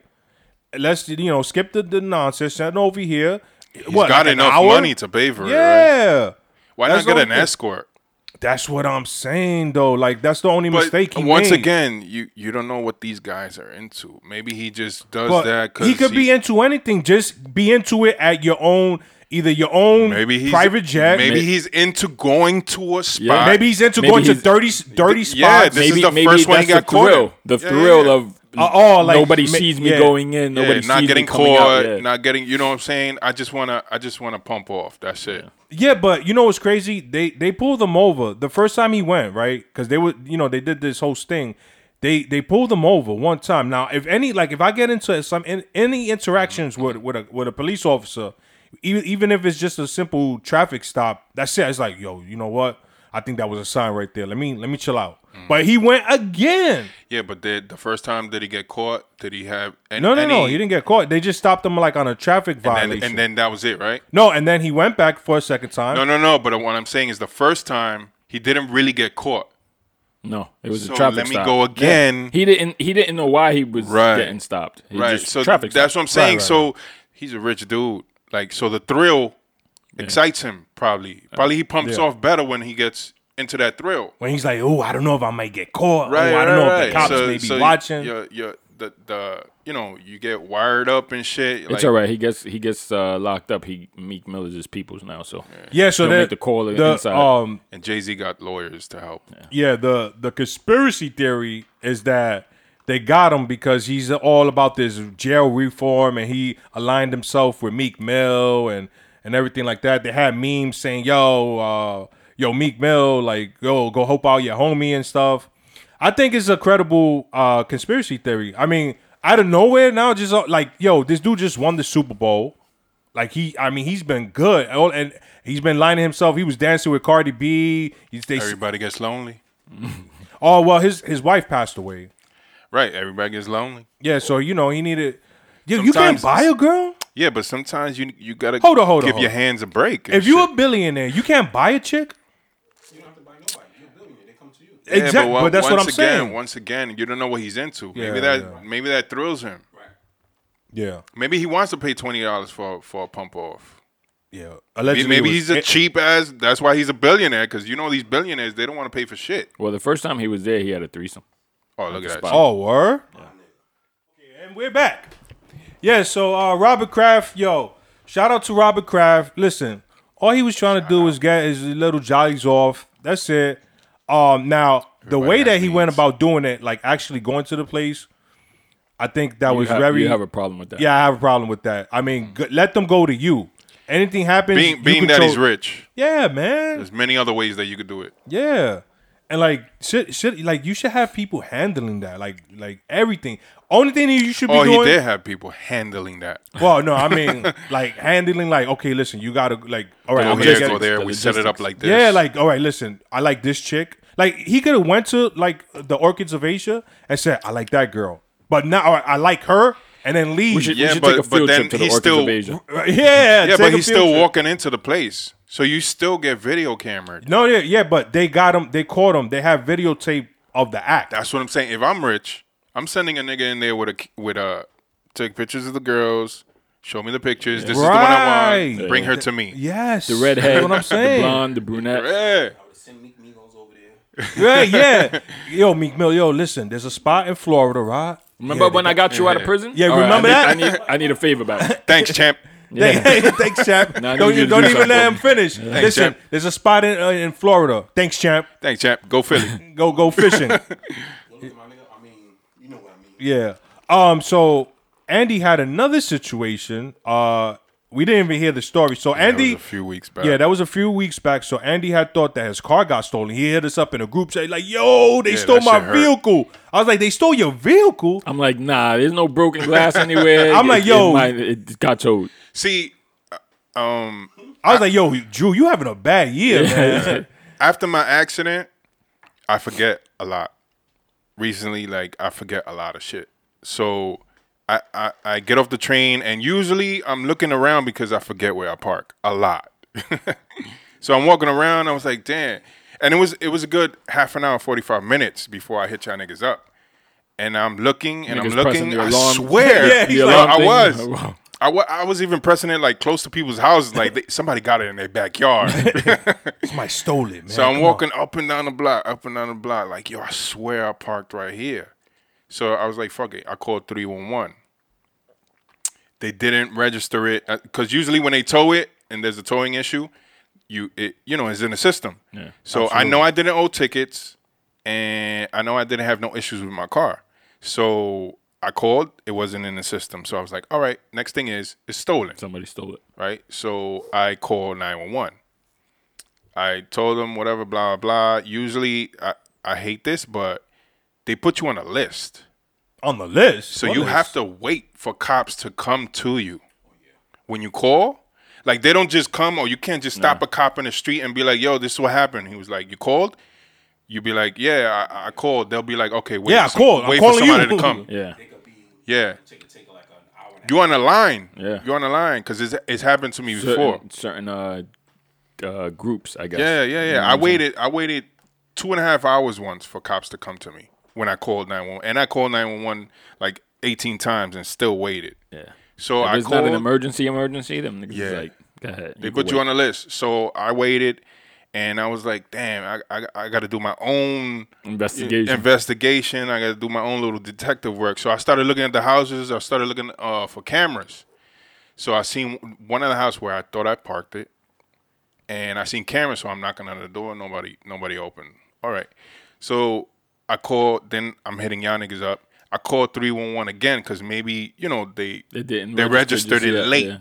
Let's you know skip the, the nonsense. Send her over here. he's got enough money to pay for it. Right? Yeah, Why That's not get what an I'm- escort? that's what I'm saying though. Like that's the only But mistake he once made. again, you you don't know what these guys are into. Maybe he just does But that because he could be into anything. Just be into it at your own, either your own maybe he's private jet. Maybe he's into going to a spot. Yeah. Maybe he's into Maybe going to he's- dirty, dirty yeah, spots. this maybe is the maybe first one that's he got the caught thrill. in. The Yeah, thrill yeah. of Uh, oh, like, nobody ma- sees me yeah. going in. Yeah, Nobody sees not getting me coming out. caught, Yeah. not getting. You know what I'm saying? I just wanna, I just wanna pump off. That's it. yeah, but you know what's crazy? They they pulled him over the first time he went right because they were you know they did this whole sting. They they pulled him over one time. Now if any like if I get into some in, any interactions with with a with a police officer, even even if it's just a simple traffic stop, that's it. It's like yo, you know what? I think that was a sign right there. Let me let me chill out. Mm. But he went again. Yeah, but did the first time did he get caught? Did he have? Any, No, no, no. any- He didn't get caught. They just stopped him like on a traffic and, violation. then- and then that was it, right? no, and then he went back for a second time. No, no, no. But what I'm saying is the first time he didn't really get caught. No, it was So a traffic let me stop. go again. He didn't. He didn't know why he was Right. getting stopped. He right. Just, so traffic. that's stop. what I'm saying. right, So he's a rich dude. Like so, the thrill excites him. Probably, probably he pumps off better when he gets into that thrill. when he's like, "Oh, I don't know if I might get caught. Right. oh, I don't right, know if right. the cops so, may be so watching." You're, you're, the the you know you get wired up and shit. It's like, all right. He gets. He gets uh, locked up. He Meek Miller's his people's now. So yeah, so He'll then make the call inside. Um, And Jay Z got lawyers to help. yeah, the the conspiracy theory is that they got him because he's all about this jail reform and he aligned himself with Meek Mill and and everything like that. They had memes saying, "Yo, uh, yo, Meek Mill, like, yo, go help out your homie and stuff." I think it's a credible uh, conspiracy theory. I mean, out of nowhere now, just uh, like, yo, this dude just won the Super Bowl. Like he, I mean, he's been good, Oh, and he's been lying to himself. He was dancing with Cardi B. He's, they, Everybody gets lonely. Oh well, his his wife passed away. Right. Everybody gets lonely. Yeah, so you know he needed. Yo, you can't Sometimes buy a girl. Yeah, but sometimes you you gotta Hold on, hold on, give hold your on. hands a break. and If you shit. a billionaire, you can't buy a chick. You don't have to buy nobody. You're a billionaire. They come to you. Yeah, exactly, but, on- that's what I'm once again, saying. Once again, you don't know what he's into. Yeah, maybe that yeah. maybe that thrills him. Yeah, Maybe he wants to pay twenty dollars for for a pump off. yeah. Maybe, Allegedly, it was- he's a it- cheap ass. That's why he's a billionaire. Because you know these billionaires, they don't want to pay for shit. well, the first time he was there, he had a threesome. Oh, look at that. spot. Oh, word. Okay, and we're back. Yeah, so uh, Robert Kraft, yo, shout out to Robert Kraft. Listen, all he was trying to do was get his little jollies off. That's it. Um, now the way has that he went needs. about doing it, like actually going to the place, I think that was you have, very. you have a problem with that. yeah, I have a problem with that. I mean, g- let them go to you. Anything happens, Being, you being that control- he's rich, Yeah, man. there's many other ways that you could do it. Yeah. And like shit, shit, like you should have people handling that, like, like everything. Only thing that you should be Oh, he doing. did have people handling that. Well, no, I mean, like handling, like, okay, listen, you gotta, like, all right, Go I'm here, gonna go get, there. the We set it up logistics. like this. yeah, like, all right, listen, I like this chick. Like, he could have went to like the Orchids of Asia and said, I like that girl, but now I, I like her, and then leave. we should, Yeah, we should but- take a but field then trip to the he's Orchids still- of Asia. yeah, yeah, yeah, take but a he's field still trip. walking into the place, so you still get video camera. No, yeah, yeah, but they got him. They caught him. They have videotape of the act. That's what I'm saying. If I'm rich, I'm sending a nigga in there with a with a take pictures of the girls. Show me the pictures. This is the one I Right. want. Bring her to me. yes, the Redhead, What I'm the saying. blonde, the brunette. Yeah. Send Meek Migos over there. Right, yeah. Yo, Meek Mill, yo, listen, there's a spot in Florida, right? Remember when I got you out of prison? Yeah, All right, remember I that? need, I need I need a favor back. Thanks, champ. Hey, thanks, champ. Nah, I don't need you, you to don't do even something let for him me. finish. listen, champ. there's a spot in uh, in Florida. Thanks, champ. Thanks, champ. Go Philly. Go go fishing. Look at my nigga. I mean, you know what I yeah. mean. Um. So Andy had another situation. Uh, we didn't even hear the story. So That was Andy. a few weeks back. Yeah, that was a few weeks back. So Andy had thought that his car got stolen. He hit us up in a group chat, like, "Yo, they Yeah, stole that my shit hurt. vehicle." I was like, "They stole your vehicle?" I'm like, nah, there's no broken glass anywhere. I'm It- like, it yo. might- it got towed. See, uh, um, I was like, "Yo, Drew, you having a bad year, man." after my accident, I forget a lot. Recently, like I forget a lot of shit. So I, I, I get off the train and usually I'm looking around because I forget where I park a lot. so I'm walking around, I was like, damn. And it was it was a good half an hour, forty five minutes before I hit y'all niggas up. And I'm looking and Niggas I'm pressing looking. the I alarm. swear, Yeah, he's bro, like- I was. Alarm thing. I wa- I was even pressing it like close to people's houses, like they, somebody got it in their backyard. I stole it, man. So I'm Come walking up and down the block, up and down the block, like, yo, I swear I parked right here. So I was like, fuck it. I called 311. They didn't register it because usually when they tow it and there's a towing issue, you it you know, it's in the system. Yeah, so I know I didn't owe tickets and I know I didn't have no issues with my car. So I called, it wasn't in the system. So I was like, all right, next thing is it's stolen Somebody stole it. right? So I call 911. I told them whatever, blah, blah. Usually, I, I hate this, but they put you on a list. on the list. So you have to wait for cops to come to you when you call. Like, they don't just come, or you can't just stop a cop in the street and be like, yo, this is what happened. He was like, you called? you be like, yeah, I, I called. They'll be like, okay, wait. Yeah, I for called. I'm Wait for calling somebody you. to come. Yeah. It could be. Yeah. It could take like an hour and a half. You're on a line. Yeah. You're on a line because it's, it's happened to me before. Certain, certain uh, uh, groups, I guess. Yeah, yeah, yeah. I waited. I waited two and a half hours once for cops to come to me when I called nine one one, and I called nine one one like eighteen times and still waited. Yeah. So If I it's not an called. emergency, emergency, them niggas is Yeah. like, go ahead. they put you on a list. So I waited, and I was like, damn, I I, I got to do my own investigation. investigation. I got to do my own little detective work. So I started looking at the houses. I started looking uh, for cameras. So I seen one of the house where I thought I parked it, and I seen cameras. So I'm knocking on the door. Nobody, nobody opened. All right. So I called. Then I'm hitting y'all niggas up. I called three one one again because maybe you know they they didn't. they register registered just it yet, late. yeah.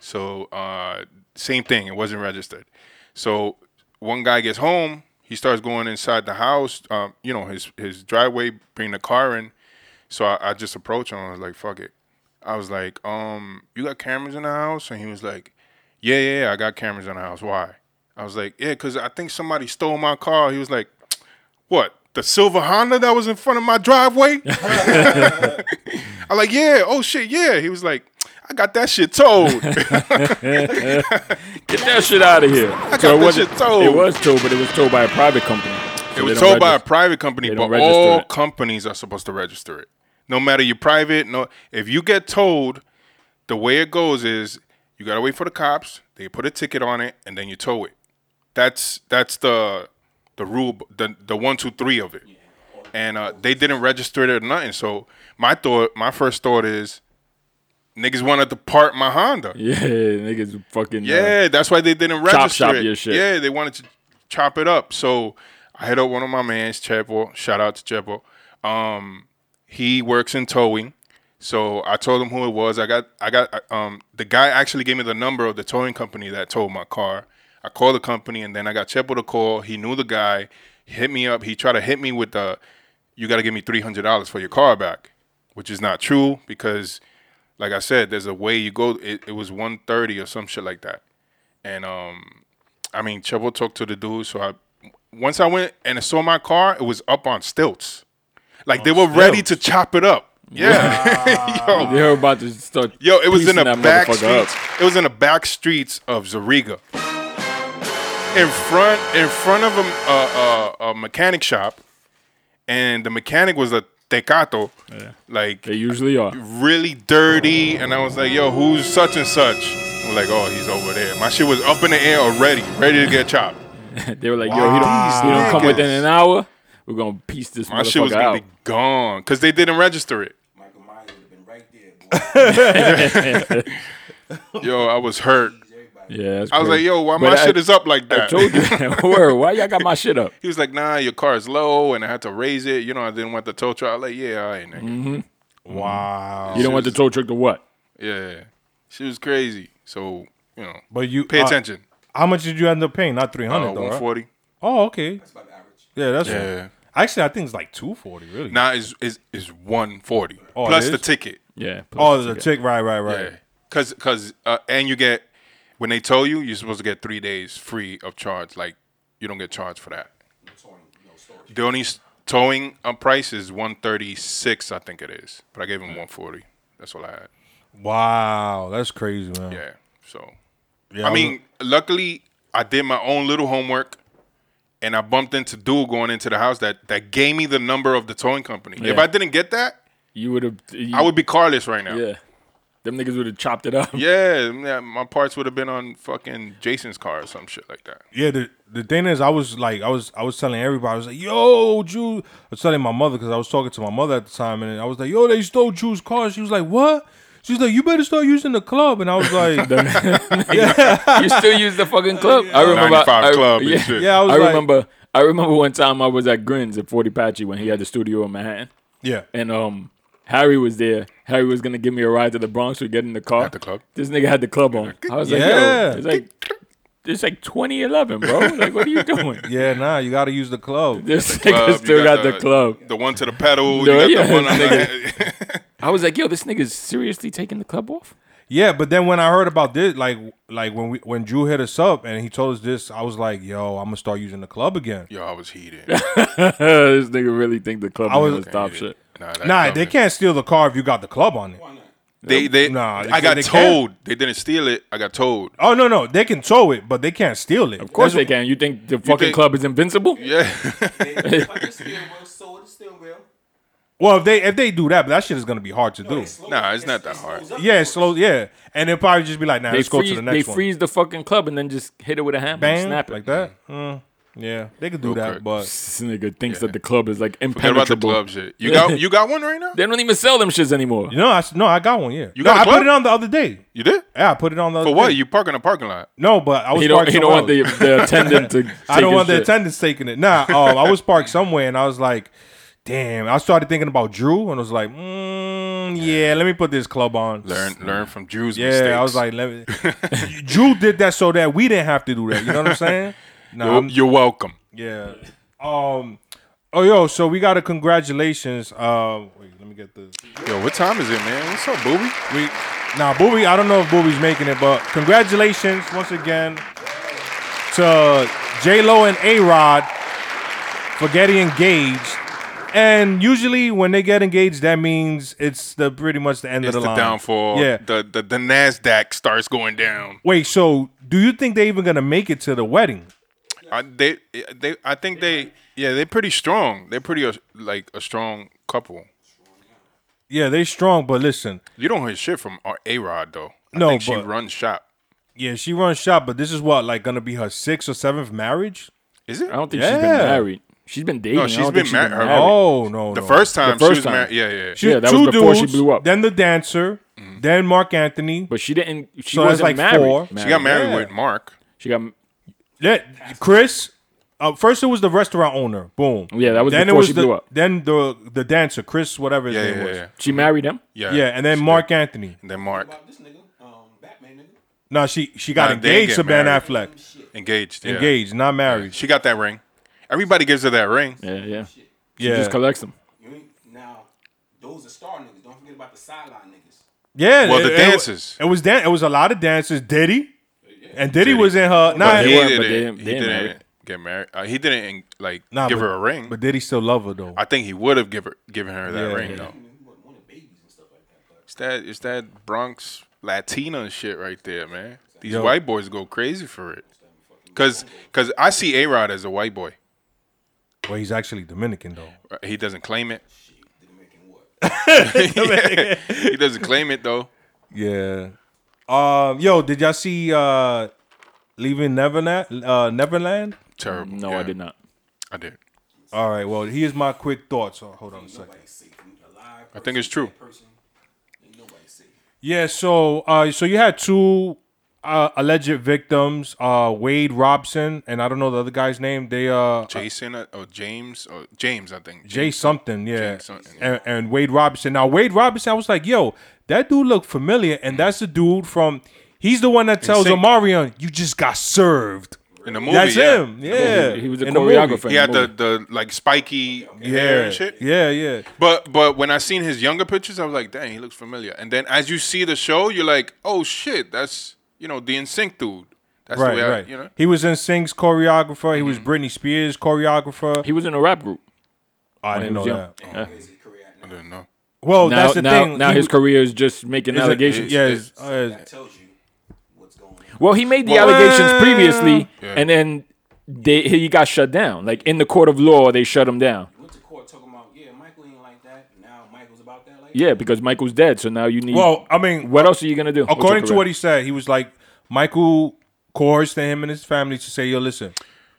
So uh, same thing. It wasn't registered. So one guy gets home. He starts going inside the house. Um, you know his his driveway, bring the car in. So I, I just approached him. I was like, "Fuck it." I was like, "Um, you got cameras in the house?" And he was like, "Yeah, yeah, yeah, I got cameras in the house. Why?" I was like, "Yeah, cause I think somebody stole my car." He was like, "What?" The silver Honda that was in front of my driveway. I'm like, yeah, oh shit, yeah. He was like, I got that shit towed. Get that shit out of here. got So it that wasn't- shit towed. It was towed, but it was towed by a private company. It was told by a private company, they but don't register all it. companies are supposed to register it. No matter you're private, no. If you get told, the way it goes is you gotta wait for the cops. They put a ticket on it, and then you tow it. That's that's the the rule, the the one two three of it. And uh, they didn't register it or nothing. So my thought, my first thought is, Niggas wanted to part my Honda. Yeah, Yeah, niggas fucking. uh, that's why they didn't register Chop shop it. your shit. Yeah, they wanted to chop it up. So I hit up one of my mans, Chepo. Shout out to Chepo. Um, he works in towing. So I told him who it was. I got I got um the guy actually gave me the number of the towing company that towed my car. I called the company and then I got Chepo to call. He knew the guy, hit me up. He tried to hit me with the you gotta give me three hundred dollars for your car back, which is not true because like I said, there's a way you go it, it was one thirty or some shit like that. And um I mean Chepo talked to the dude, so I once I went and I saw my car, it was up on stilts. Like they were ready to chop it up. Yeah. Yo. They were about to start. Yo, it was in piecing the that back motherfucker streets. It was in the back streets of Zariga. In front, in front of a, a, a, a mechanic shop, and the mechanic was a tecato, like They usually are. really dirty. And I was like, "Yo, who's such and such?" I'm like, "Oh, he's over there." My shit was up in the air already, ready to get chopped. They were like, "Yo, he don't, he don't come niggas. within an hour. We're gonna piece this My motherfucker shit was gonna out." be gone because they didn't register it. Michael Myers would have been right there, Yo, I was hurt. yeah, that's I was like, crazy. "Yo, why But my I- shit is up like that?" I told you, word, why y'all got my shit up? He was like, "Nah, your car is low, and I had to raise it. You know, I didn't want the tow truck." I was like, "Yeah, all right, nigga. Wow. You Mm-hmm. don't want the tow truck to what? Yeah, she was crazy. So you know, But you pay uh, attention. How much did you end up paying? Not three Uh, hundred though. One right? forty. Oh, okay. about average. Yeah, that's Yeah. right. Actually, I think it's like two forty. Really. Now is is is one forty Oh, it plus is? the ticket. Yeah. oh, the tick. Right, right, right. Yeah, cause cause uh, and you get when they tow you, you're supposed to get three days free of charge. Like you don't get charged for that. The only s- towing uh, price is one thirty six, I think it is. But I gave him one forty. That's all I had. Wow, that's crazy, man. Yeah. So Yeah, I was- mean, luckily I did my own little homework, and I bumped into dude going into the house that that gave me the number of the towing company. If Yeah. I didn't get that, You would have. I would be carless right now. Yeah, Yeah. Them niggas would have chopped it up. yeah, my parts would have been on fucking Jason's car or some shit like that. Yeah, the, the thing is, I was like, I was, I was telling everybody, I was like, "Yo, Jew," I was telling my mother because I was talking to my mother at the time, and I was like, "Yo, they stole Jew's car." She was like, "What?" She was like, "You better start using the club," and I was like, you still use the fucking club. I remember. 95 I, Club and Yeah. shit. "Yeah, I I, was like, remember. I remember one time I was at Grins at Forty Patchy when he had the studio in Manhattan, yeah, and um, Harry was there. Harry was gonna give me a ride to the Bronx. We get in the car. At the club? This nigga had the club on. I was like, Yeah. yo, it's like it's like twenty eleven, bro. Like, what are you doing? yeah." Nah, you got to use the club. This Club, nigga you still got, the club. the one to the pedal. No, you got yeah, the one on nigga. the, I was like, yo, this nigga's seriously taking the club off. Yeah, but then when I heard about this, like, like when we when Drew hit us up and he told us this, I was like, "Yo, I'm gonna start using the club again." Yo, I was heated. this nigga really think the club I was- is gonna stop shit. Nah, that Nah, club they is- can't steal the car if you got the club on it. They they. Nah, I they- got they can't. told they didn't steal it. I got told. Oh no, no, they can tow it, but they can't steal it. Of course they can. You think the fucking think- club is invincible? Yeah, If I just steering wheel, so it's steering wheel. Well, if they if they do that, but that shit is gonna be hard to do. nah, it's not that hard. Yeah, it slows. Yeah, and they'll probably just be like, "Nah, They let's go freeze, to the they next one." freeze the fucking club and then just hit it with a hammer, Bang, and snap it. like that. Mm, yeah, they could do Real that, quick. but this nigga thinks that the club is like Forget about the impenetrable. club shit. You got you got one right now. They don't even sell them shits anymore. no, I s- no, I got one. Yeah, You No, got a I club? put it on the other day. You did. Yeah, I put it on the. For other what? day. You park in the parking lot. No, but I was. He don't. parked He don't want somewhere the, else. the attendant to. I don't want the attendant. attendants taking it. Nah, um, I was parked somewhere, and I was like, "Damn!" I started thinking about Drew, and I was like, mm, "Yeah, let me put this club on." Learn learn from Drew's Yeah, mistakes. I was like, "Let me." Drew did that so that we didn't have to do that. You know what I'm saying? Nah, You're, I'm- you're welcome. Yeah. Um. Oh, yo. So we got a congratulations. Uh, wait. Let me get the. Yo, what time is it, man? What's up, booby? We. Now, Booby. I don't know if Booby's making it, but congratulations once again to J Lo and A Rod for getting engaged. And usually, when they get engaged, that means it's the pretty much the end It's of the, the, line. downfall. Yeah. The, the the Nasdaq starts going down. Wait. So, do you think they even gonna make it to the wedding? I, they they I think they yeah they're pretty strong. They're pretty uh, like a strong couple. Yeah, they strong, but listen. You don't hear shit from A Rod though. I No, think she but- runs shop. Yeah, she runs shop, but this is what like gonna be her sixth or seventh marriage. Is it? I don't think she's been Yeah. married. She's been dating. she's I don't think been mar- her married. Oh no! the no. first time first she was time. married. Yeah, yeah. She- Yeah, that was before she blew up. Mm-hmm. Then the dancer, then Mark Anthony. But she didn't. She So that's wasn't like married. four. She She got married Yeah. with Mark. She got. That Chris. Uh, first, it was the restaurant owner. Boom. Yeah, that was then before it was she the, blew up. Then the the dancer, Chris, whatever his Yeah, name yeah, was. yeah. She married him. Yeah, Yeah, and then She Mark did. Anthony. And then Mark About this nigga, um, Batman nigga. No, she she got Nah, they engaged get to Ben married. Affleck. engaged. yeah. Engaged, not married. She got that ring. Everybody gives her that ring. Yeah, yeah. She Yeah, just collects them. You ain't, now, those are star niggas. Don't forget about the sideline niggas. yeah. Well, the it- it- dancers. It, was dan- It was a lot of dancers. Diddy, and Diddy, was in her. Nah, But they he weren't, but didn't. they didn't- he they didn't didn't marry. get married. Uh, he didn't like nah, give but- her a ring. But Diddy still love her though. I think he would have given given her that Yeah. ring though. It's that it's that Bronx Latina shit right there, man. These Yo. white boys go crazy for it. Cause, cause I see A Rod as a white boy. Uh, well, he's actually Dominican though. He doesn't claim it. he doesn't claim it though. Yeah. Um. Yo, did y'all see uh, leaving Neverland? Uh, Neverland. Terrible. No, yeah. I did not. I did. All right. Well, here's my quick thoughts. Oh, hold on a second. Nobody's safe. Alive I think it's true. person. Ain't nobody safe. Yeah, so uh, so you had two uh, alleged victims, uh, Wade Robson and I don't know the other guy's name. They uh, Jason uh, or James or James, I think. Jay something, yeah, something, yeah. and, and Wade Robinson. Now Wade Robinson, I was like, yo, that dude looked familiar, and that's the dude from. He's the one that tells Sync. Omarion, "You just got served." in the movie. that's yeah. him. Yeah, He- he was a in the movie. choreographer. He had the, the like spiky hair Yeah, and shit. yeah, yeah. But but when I seen his younger pictures, I was like, dang, he looks familiar. And then as you see the show, you're like, oh shit, that's you know the NSYNC dude. That's the Right, way I, right. you know. He was in Sing's choreographer. He was Britney Spears choreographer. He was in a rap group. I didn't He know was young. that. Yeah. I didn't know. Well, now, that's the now, thing. now He his w- career is just making is it- allegations. Yeah, is- uh, is- That tells you what's going on. Well, he made the Well- allegations previously, and then they, he got shut down. Like in the court of law, they shut him down. Went to court talking about, yeah, Michael ain't like that. Now Michael's about that. Like Yeah, because Michael's dead, so now you need. Well, I mean, what else are you gonna do? with your according to career? what he said, he was like Michael coerced him and his family to say, "Yo, listen,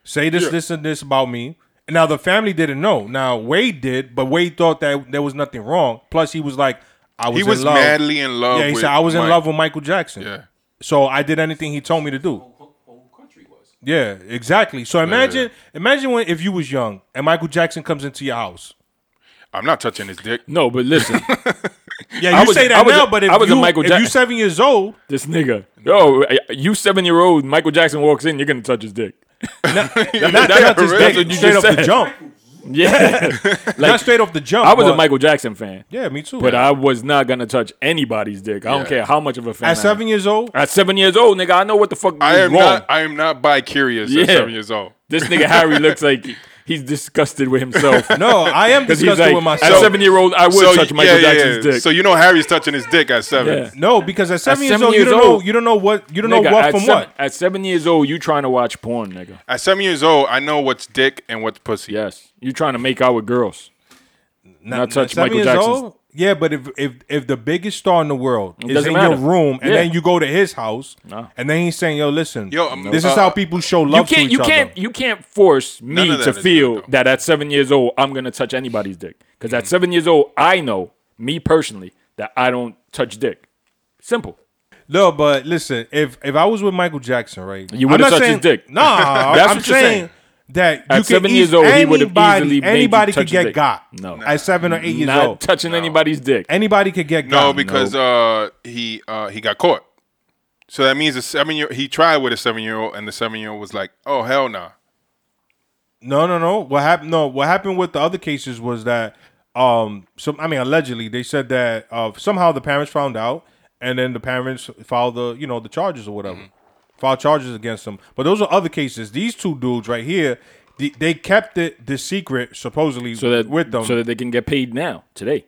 say this, this, and this about me." And now the family didn't know. Now Wade did, but Wade thought that there was nothing wrong. Plus, he was like, "I was He in was love." madly in love. yeah, he with said, "I was in Mike. love with Michael Jackson." Yeah. So I did anything he told me to do. whole, whole country was. Yeah, exactly. So imagine, imagine when if you was young and Michael Jackson comes into your house. I'm not touching his dick. No, but listen, Yeah, I you was- say I that was a- now, but if I was a you Michael if Jack- you seven years old, this nigga, yo, you seven year old Michael Jackson walks in, you're gonna touch his dick. not, Yeah, not just right. that, That's what you straight just off the said. jump, Yeah, not straight off the jump. I was a but- Michael Jackson fan. Yeah, me too. But I was not gonna touch anybody's dick. I don't Yeah. care how much of a fan. I am. At seven years old, at seven years old, nigga, I know what the fuck I is am wrong. not. I am not bi curious Yeah. at seven years old. This nigga Harry looks like he's disgusted with himself. no, I am because he's disgusted like with at myself. seven year old, I would touch Michael Jackson's dick. So you know Harry's touching his dick at seven. Yeah. no, because at seven, years seven old, you years don't old- know. You don't know what. You don't know Nigga, what at from seven, what. At seven years old, you trying to watch porn, nigga. At seven years old, I know what's dick and what's pussy. Yes, you trying to make out with girls. Not, touch Michael Jackson's- Old, yeah, but if if if the biggest star in the world is doesn't in matter. your room, and Yeah. then you go to his house, and then he's saying, "Yo, listen, Yo, um, this uh, is how people show love you to can't. each You other." can't. You can't force None me of to that is feel good, though. that at seven years old I'm gonna touch anybody's dick. Because Mm-hmm. at seven years old, I know me personally that I don't touch dick. Simple. No, but listen, if if I was with Michael Jackson, right, You I'm would've not touched his saying- dick. Nah, That's I'm what you're saying, saying. that you At can seven eas- years old, he would've anybody- easily made you anybody touch could his get dick. got. No. at seven or eight years Not old, touching anybody's dick. anybody could get No, got. because uh, he uh, he got caught. So that means a seven year he tried with a seven year old, and the seven year old was like, "Oh hell no!" No, no, no. What happened? No, what happened with the other cases was that, um, some I mean, allegedly they said that uh, somehow the parents found out, and then the parents filed the you know the charges or whatever, Mm-hmm. filed charges against them. But those are other cases. These two dudes right here, the, they kept it the secret supposedly So that with them. So that they can get paid now today,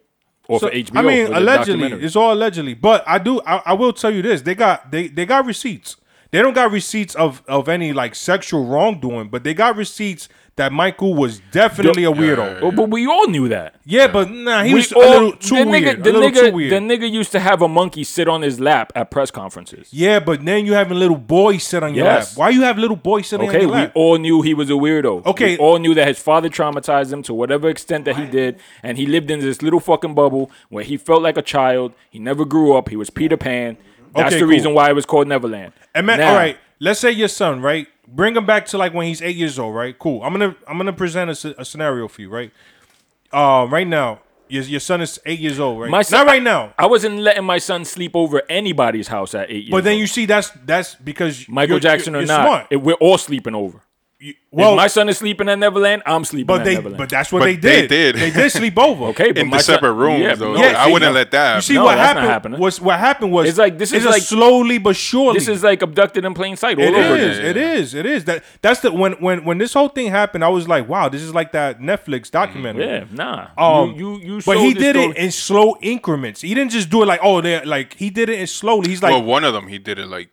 or So, for HBO. I mean, for the allegedly, documentary. it's all allegedly. But I do, I, I will tell you this: they got they they got receipts. They don't got receipts of of any like sexual wrongdoing, but they got receipts that Michael was definitely a weirdo. Yeah, Oh, But, but we all knew that. but nah, he We was a all- little too the nigga, weird. The a little nigga, too weird. the nigga used to have a monkey sit on his lap at press conferences. yeah, but then you having little boy sit on your Yes. lap. Why you have little boy sitting on Okay, your we lap? all knew he was a weirdo. Okay. we all knew that his father traumatized him to whatever extent that he did, and he lived in this little fucking bubble where he felt like a child. He never grew up. He was Peter Pan. That's Okay, the cool. reason why it was called Neverland. And man, Now- all right, let's say your son, right? Bring him back to like when he's eight years old, right? Cool. I'm gonna I'm gonna present a, sce- a scenario for you, right? Uh, right now, your, your son is eight years old, right? My son- Not right now, I wasn't letting my son sleep over anybody's house at eight years. but then old. you see that's that's because Michael you're- Jackson you're- or you're not, smart. it, we're all sleeping over. well, if my son is sleeping at Neverland, I'm sleeping but at they Neverland. but that's what But they they did. did. They did sleep over. okay, but in my the son- separate rooms yeah, though. no, Like, I see, wouldn't no. let that. You see happen. No, what that's not happened happening. was what happened was It's like, this it's is a like- slowly but surely. This is like abducted in plain sight all It over is. again. It is. It is. That that's the when when when this whole thing happened, I was like, wow, this is like that Netflix documentary. Mm-hmm. Yeah, nah. Um, you, you, you but sold he this did story. it in slow increments. He didn't just do it like oh, they like he did it in slowly. He's like well, one of them he did it like,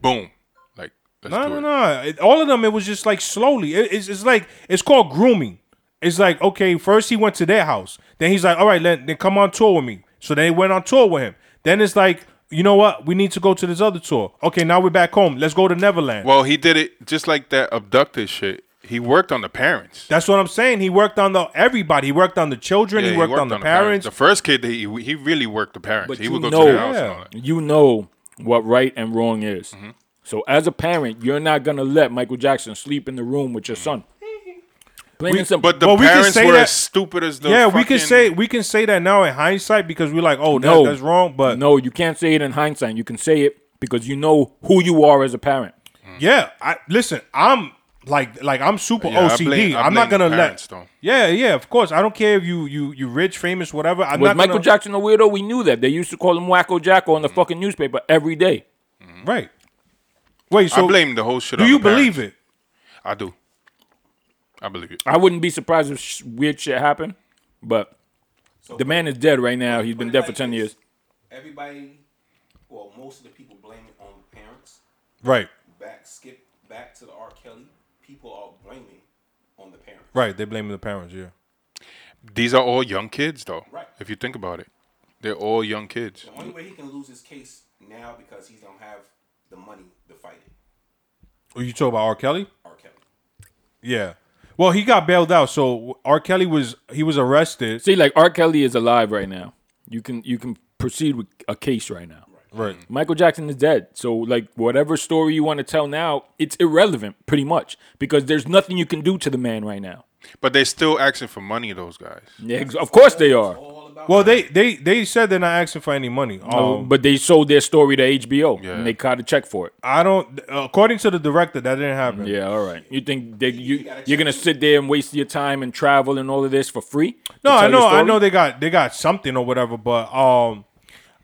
boom, like let's no, do no, it. no. It- All of them, it was just like slowly. It- it's, it's like it's called grooming. It's like okay, first he went to their house, then he's like, all right, let, then come on tour with me. So they went on tour with him. Then it's like, you know what? We need to go to this other tour. Okay, now we're back home. Let's go to Neverland. Well, he did it just like that abducted shit. He worked on the parents. That's what I'm saying. He worked on the everybody. He worked on the children. Yeah, he, worked on the, parents. The first kid, he he really worked the parents. But he you would go know- to the house. And Yeah. all that. you know what right and wrong is. Mm-hmm. So as a parent, you're not gonna let Michael Jackson sleep in the room with your son. Plain and simple. But the Well, Mm-hmm. we can parents say were that- as stupid as the yeah, we can fucking- say we can say that now in hindsight because we're like, oh, that, no, that's wrong. But no, you can't say it in hindsight. You can say it because you know who you are as a parent. Yeah, I listen. I'm like like I'm super Yeah, I OCD. blame- I I'm not blame gonna the parents, let. though. Yeah, yeah, of course. I don't care if you you you rich, famous, whatever. I'm Was not Michael gonna, Mm. Jackson a weirdo? We knew that. They used to call him Wacko Jacko in the fucking newspaper every day. Right. Wait. So I blame the whole shit. do on you the parents. believe it? I do. I believe it. I wouldn't be surprised if sh- weird shit happened, but the man is dead right now. He's been dead for ten years. Everybody, well, most of the people blame it on the parents. Right. Back, skip back to the R. Kelly. People are blaming on the parents. Right. They blame the parents. Yeah. These are all young kids, though. Right. If you think about it, they're all young kids. The only way he can lose his case now because he don't have the money to fight it. Are Oh, you talking about R. Kelly? R. Kelly. Yeah. Well, he got bailed out. So R. Kelly was he was arrested. See, like R. Kelly is alive right now. You can you can proceed with a case right now. Right. Michael Jackson is dead. So like whatever story you want to tell now, it's irrelevant pretty much because there's nothing you can do to the man right now. But they're still asking for money. Those guys. Yeah, ex- of course they are. Well, they they they said they're not asking for any money. Oh, Um, but they sold their story to HBO Yeah. and they caught a check for it. I don't. According to the director, that didn't happen. Yeah, all right. You think they, you you're gonna sit there and waste your time and travel and all of this for free? to No, I tell your know, I story? know they got they got something or whatever, but um,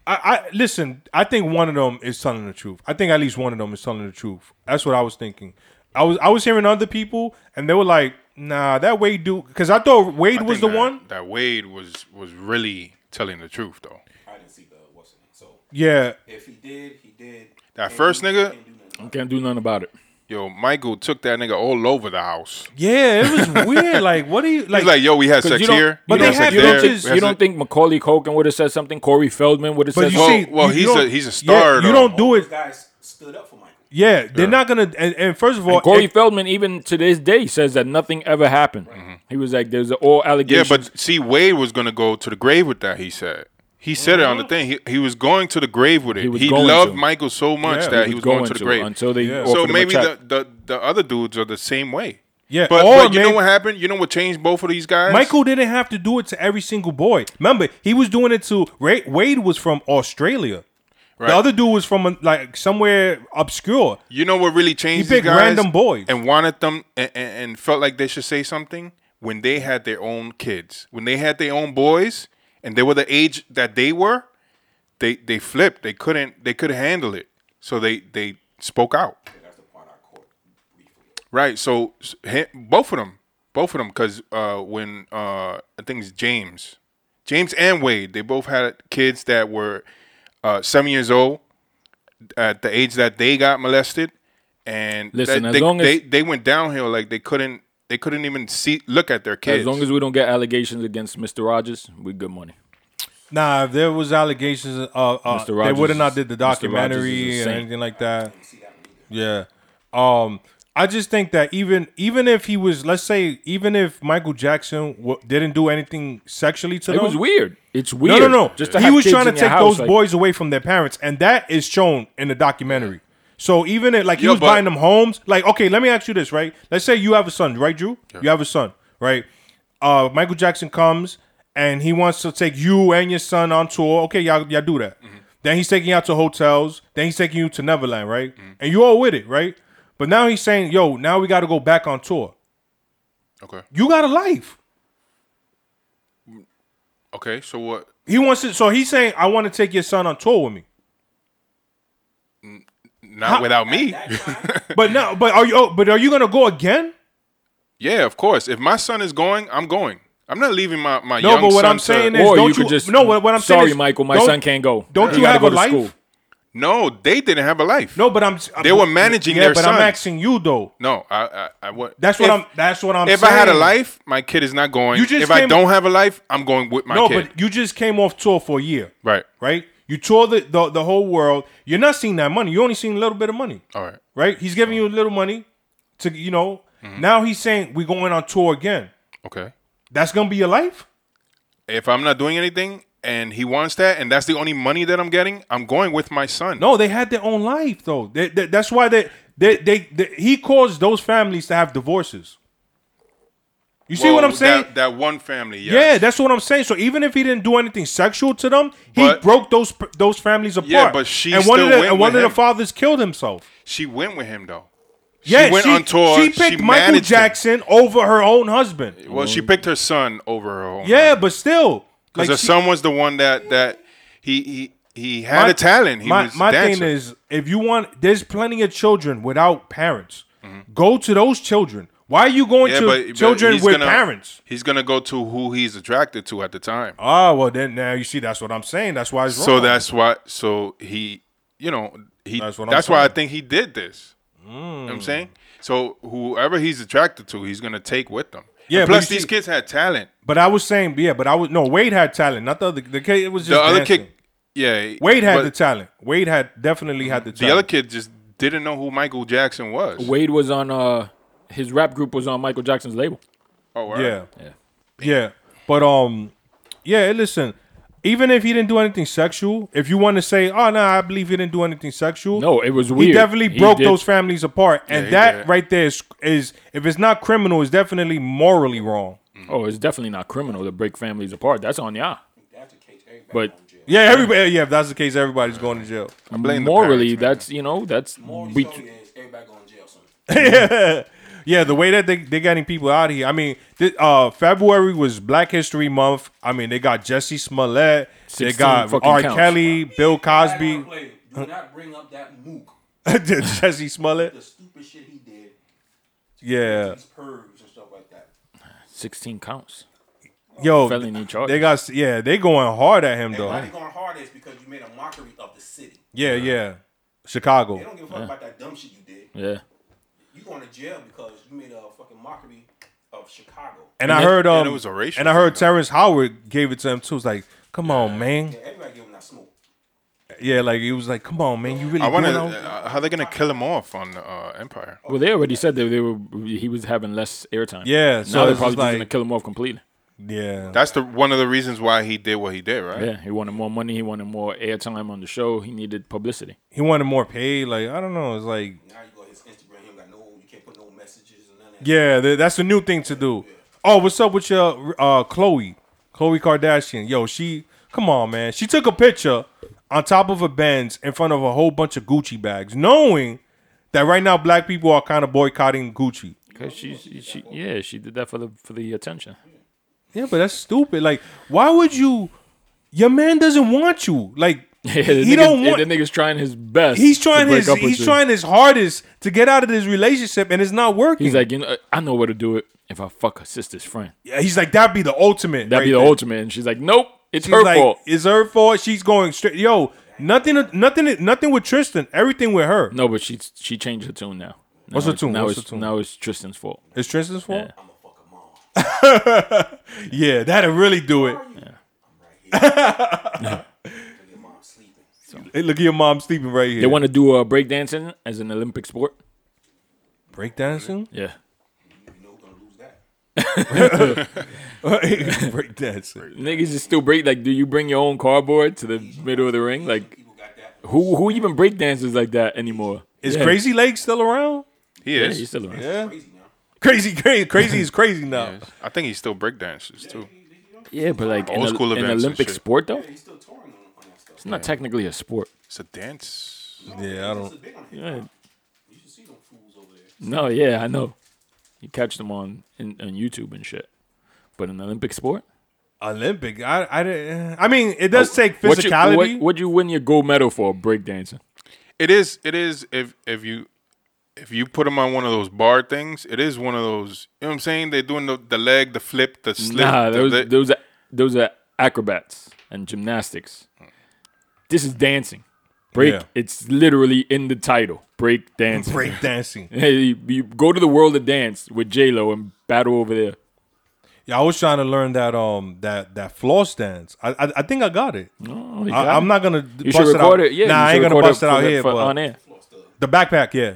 I, I listen. I think one of them is telling the truth. I think at least one of them is telling the truth. That's what I was thinking. I was I was hearing other people, and they were like, "Nah, that Wade dude," because I thought Wade I was think the that- one. that Wade was was really telling the truth though. I didn't see the what's it. So Yeah, if he did, he did. That And first he nigga? can't do nothing about it. can't do nothing about it. Yo, Michael took that nigga all over the house. yeah, it was weird. Like, what do you like? He's like, yo, we had 'Cause sex you don't- here. But we they had have- sex you there, don't just- we had You don't sex- think Macaulay Culkin would have said something? Corey Feldman would have but said you Well, something. see, well, you he's don't- a- he's a yeah, star, you though. don't do Those it. guys stood up for Michael. Yeah, they're not gonna. And, and first of all, Corey it- Feldman, even to this day, says that nothing ever happened. He was like, "There's all Mm-hmm. Yeah, allegations." but see, Wade was gonna go to the grave with that. He said. He said it on the thing. He, he was going to the grave with it. was He, going loved to. Michael so much Yeah. that He he was going, to the grave. until they Yeah. yeah. so maybe the, the the other dudes are the same way. Yeah, but, or but you know may- what happened? You know what changed both of these guys? Michael didn't have to do it to every single boy. Remember, he was doing it to Ray, Wade was from Australia. Right. The other dude was from uh, like somewhere obscure. You know what really changed? He picked these guys random boys. and wanted them and, and, and felt like they should say something when they had their own kids, when they had their own boys, and they were the age that they were. They they flipped. They couldn't. They couldn't handle it. So they they spoke out. That's the part I caught briefly. Right. So s- he- both of them, both of them, because uh, when uh, I think it's James, James and Wade, they both had kids that were uh, seven years old. at the age that they got molested, and Listen, that as they, long as- they they went downhill like they couldn't they couldn't even see look at their kids. As long as we don't get allegations against Mr. Rogers, we good money. Nah, if there was allegations, uh, uh, Mr. they Rogers would have is- not did the Mr. Rogers is a documentary and saint. anything like that. Yeah, um, I just think that even even if he was, let's say, even if Michael Jackson w- didn't do anything sexually to It them, was weird. It's weird. No, no, no. Just to he have was kids trying to in your take house, those like- boys away from their parents, and that is shown in the documentary. So even if, like he Yeah, was but- buying them homes, like okay, let me ask you this, right? Let's say you have a son, right, Drew? You have a son, right? Uh, Michael Jackson comes and he wants to take you and your son on tour. Okay, y'all, y'all do that. Mm-hmm. Then he's taking you out to hotels. Then he's taking you to Neverland, right? Mm-hmm. And you all with it, right? But now he's saying, "Yo, now we got to go back on tour. okay, You got a life." okay, so what? He wants to, so he's saying, "I want to take your son on tour with me." Not without me. But now, but are you? Oh, but are you gonna go again? yeah, of course. If my son is going, I'm going. I'm not leaving my my No, young but what son I'm saying to, is, Or don't you could just no. What, what I'm saying sorry, is, Michael, my don't- son can't go. Don't He you gotta have go a to life? school. no, they didn't have a life. No, but I'm. They were managing yeah, their but I'm sons. asking you though. no, I I, I what? That's what if- I'm. That's what I'm. If saying. I had a life, my kid is not going. You just if I came- don't have a life, I'm going with my no, kid. but you just came off tour for a year, right, right? You tour the, the the whole world. You're not seeing that money. You only seeing a little bit of money, all right. right? He's giving you a little money to you know. Mm-hmm. Now he's saying we're going on tour again. Okay. That's gonna be your life. If I'm not doing anything and he wants that and that's the only money that I'm getting, I'm going with my son. No, they had their own life though. They, they- that's why they they, they they he caused those families to have divorces. You see Well, what I'm saying? That, that one family, yes. yeah, that's what I'm saying. So even if he didn't do anything sexual to them, he But- broke those those families apart. Yeah, but she and one still of the, went and one with of him. the fathers killed himself. she went with him though. yeah, went she, on tour, She she picked Michael managed him. Jackson over her own husband. Well, she picked her son over her own. Mm-hmm. Yeah, but still, because her she- son was the one that that he he he had My- a talent. He my was a my dancer. thing is, if you want, there's plenty of children without parents. Go to those children. Why are you going Mm-hmm. yeah, to but, but children he's with gonna- parents? He's gonna go to who he's attracted to at the time. Oh, well, then now you see that's what I'm saying. That's why it's wrong. So that's why. So he, you know, he. That's That's, what I'm why I saying. think he did this. You know what I'm saying. So whoever he's attracted to, he's gonna take with them. Yeah, Yeah. but plus, you these see- kids had talent. But I was saying, yeah, but I was no. Wade had talent, not the other. The kid it was just The other dancing. kid, yeah. Wade had but the talent. Wade had definitely had the talent. The other kid just didn't know who Michael Jackson was. Wade was on uh his rap group was on Michael Jackson's label. Oh, wow. yeah, yeah, yeah. But um, yeah. Listen, even if he didn't do anything sexual, if you want to say, oh no, I believe he didn't do anything sexual. No, it was He weird. definitely He broke did- those families apart, and he that did. right there is, is if it's not criminal, it's definitely morally wrong. Oh, it's definitely not criminal to break families apart. That's on y'all. But Yeah, everybody. Yeah, if that's the case, everybody's going to jail. blame the morally, parents, man. that's you know that's we, We is everybody going to jail soon. Yeah, the way that they they getting people out of here. I mean, th- uh, February was Black History Month. I mean, they got Jesse Smollett, they 16 got fucking R. counts. Kelly, Bill Back Cosby, on play. Do not bring up that mook. Jesse Smollett. The stupid shit he did. Yeah, These pervs and stuff like that. sixteen counts. yo, Felony charges. they got yeah, they going hard at him Why though. they going hard is because you made a mockery of the city. Yeah, yeah, They Chicago. don't give a fuck about that dumb shit you did. Yeah. You going to jail because you made a fucking mockery of Chicago. And I heard um, and it was a racial and I heard thing, though. Terrence Howard gave it to him too. It's like, come on, man. Yeah, everybody give him that smoke. Yeah, like he was like, come on, man, you really. I want to. doing all- Uh, how they gonna kill him off on uh, Empire? Well, they already said that they were he was having less airtime. Yeah, so now it's they're just probably just gonna like- kill him off completely. yeah, That's the one of the reasons why he did what he did, right? Yeah, he wanted more money. He wanted more airtime on the show. He needed publicity. he wanted more pay. Like I don't know. It's like Now you go to his Instagram, he don't got no, you can't put no messages and none of that. Yeah, th- that's a new thing to do. Oh, what's up with your uh Chloe? Chloe Kardashian. Yo, she come on, man. She took a picture on top of a Benz in front of a whole bunch of Gucci bags, knowing that right now black people are kind of boycotting Gucci. Cause she, she, she- yeah, she did that for the for the attention. Yeah, but that's stupid. Like, why would you your man doesn't want you? Like Yeah, the he nigga's, don't want The nigga's trying his best. He's to trying break his up with he's you. trying his hardest to get out of this relationship and it's not working. He's like, you know, I know where to do it if I fuck her sister's friend. Yeah, he's like that'd be the ultimate. That'd right be the there. ultimate. And she's like, nope, it's She's her like, fault. It's her fault. She's going straight. Yo, Nothing, nothing, nothing with Tristan. Everything with her. No, but she she changed her tune now. What's her Now it's- tune? Now What's it's her tune? now it's Tristan's fault. It's Tristan's fault. I'm gonna fuck a mom. Yeah, that'll really do it. Your mom's sleeping. Hey, look at your mom sleeping right here. They want to do uh, breakdancing as an Olympic sport. breakdancing. Yeah. You know we're gonna lose that. breakdancing. Niggas is still break. Like, do you bring your own cardboard to the middle of the ring? Like, People got that. who who even break dances like that anymore? Is Yeah. Crazy Leg still around? He Yeah, is. he's still around. Yeah. Crazy now. Crazy, crazy, crazy is crazy now. Yes. I think he still breakdances too. Yeah, but like in Old a- school an events and Olympic shit. sport though, He's still touring on, on that stuff. it's not technically a sport. It's a dance. Yeah, I don't. It's big on him. Yeah. You should see them fools over there. No, yeah, I know. You catch them on in, on YouTube and shit. But an Olympic sport, Olympic. I, I, didn't- I mean, it does take Oh, What you- physicality. What would you win your gold medal for breakdancing? It is. It is. If if you if you put him on one of those bar things, it is one of those. You know what I'm saying? They're doing the, the leg, the flip, the slip. Nah, the- those the- those are, those are acrobats and gymnastics. This is dancing. Break. Yeah. It's literally in the title. Break dancing. Break dancing. Hey, you go to the world of dance with J Lo and battle over there. Yeah, I was trying to learn that um that that floss dance. I I, I think I got it. Oh, you got I, I'm it. not gonna. You bust should out. record it. Yeah, nah, you I should ain't gonna record it bust it out for the- here. for but on air. the backpack, yeah,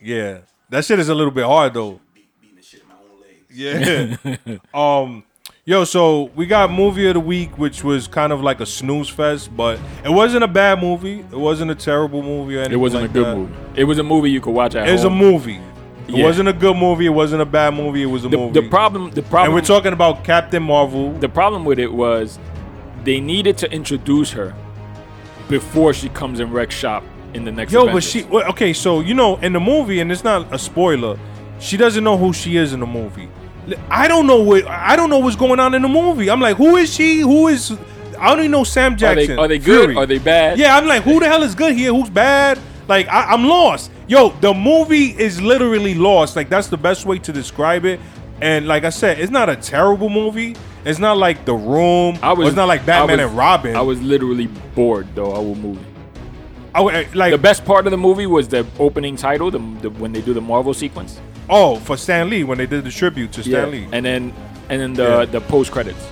yeah. That shit is a little bit hard though. Beat, beating the shit in my own legs. Yeah. um, yo, so we got movie of the week, which was kind of like a snooze fest, but it wasn't a bad movie. It wasn't a terrible movie. Or It anything wasn't like a good that. movie. It was a movie you could watch at It was a home. movie. It Yeah. wasn't a good movie. It wasn't a bad movie. It was a The, movie. the problem, the problem, and we're talking about Captain Marvel. the problem with it was they needed to introduce her before she comes and wrecks shop in the next. Yo, but Avengers. she well, okay. So you know, in the movie, and it's not a spoiler. She doesn't know who she is in the movie. L- I don't know what I don't know what's going on in the movie. I'm like, who is she? Who is? I don't even know Sam are they Jackson. are they good? Fury. Are they bad? Yeah, I'm like, who the hell is good here? Who's bad? Like, I, I'm lost. Yo, the movie is literally lost. Like, that's the best way to describe it. And like I said, it's not a terrible movie. It's not like The Room. I was. it's not like I Batman was- and Robin. I was literally bored though. I will move. I w- eh, like The best part of the movie was the opening title, the, the when they do the Marvel sequence. oh for Stan Lee when they did the tribute to Stan Lee. and then and then the Yeah. the post credits.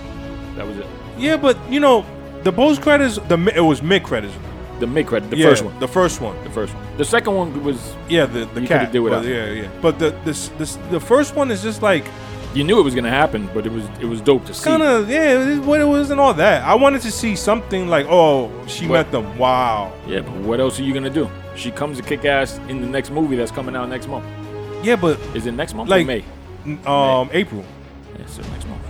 That was it. Yeah, but you know, the post credits, the mi- it was mid credits. The mid credit, the yeah, first one, the first one. the first one. The second one was Yeah, the the You cat. could've did without but it. yeah, yeah. But the this this the first one is just like you knew it was gonna happen, but it was it was dope to see. kind of yeah. It is what it wasn't all that. I wanted to see something like oh she But- met them. Wow. Yeah, but what else are you gonna do? She comes to kick ass in the next movie that's coming out next month. Yeah, but Is it next month Like- or May? n- um April. Yeah, so next month.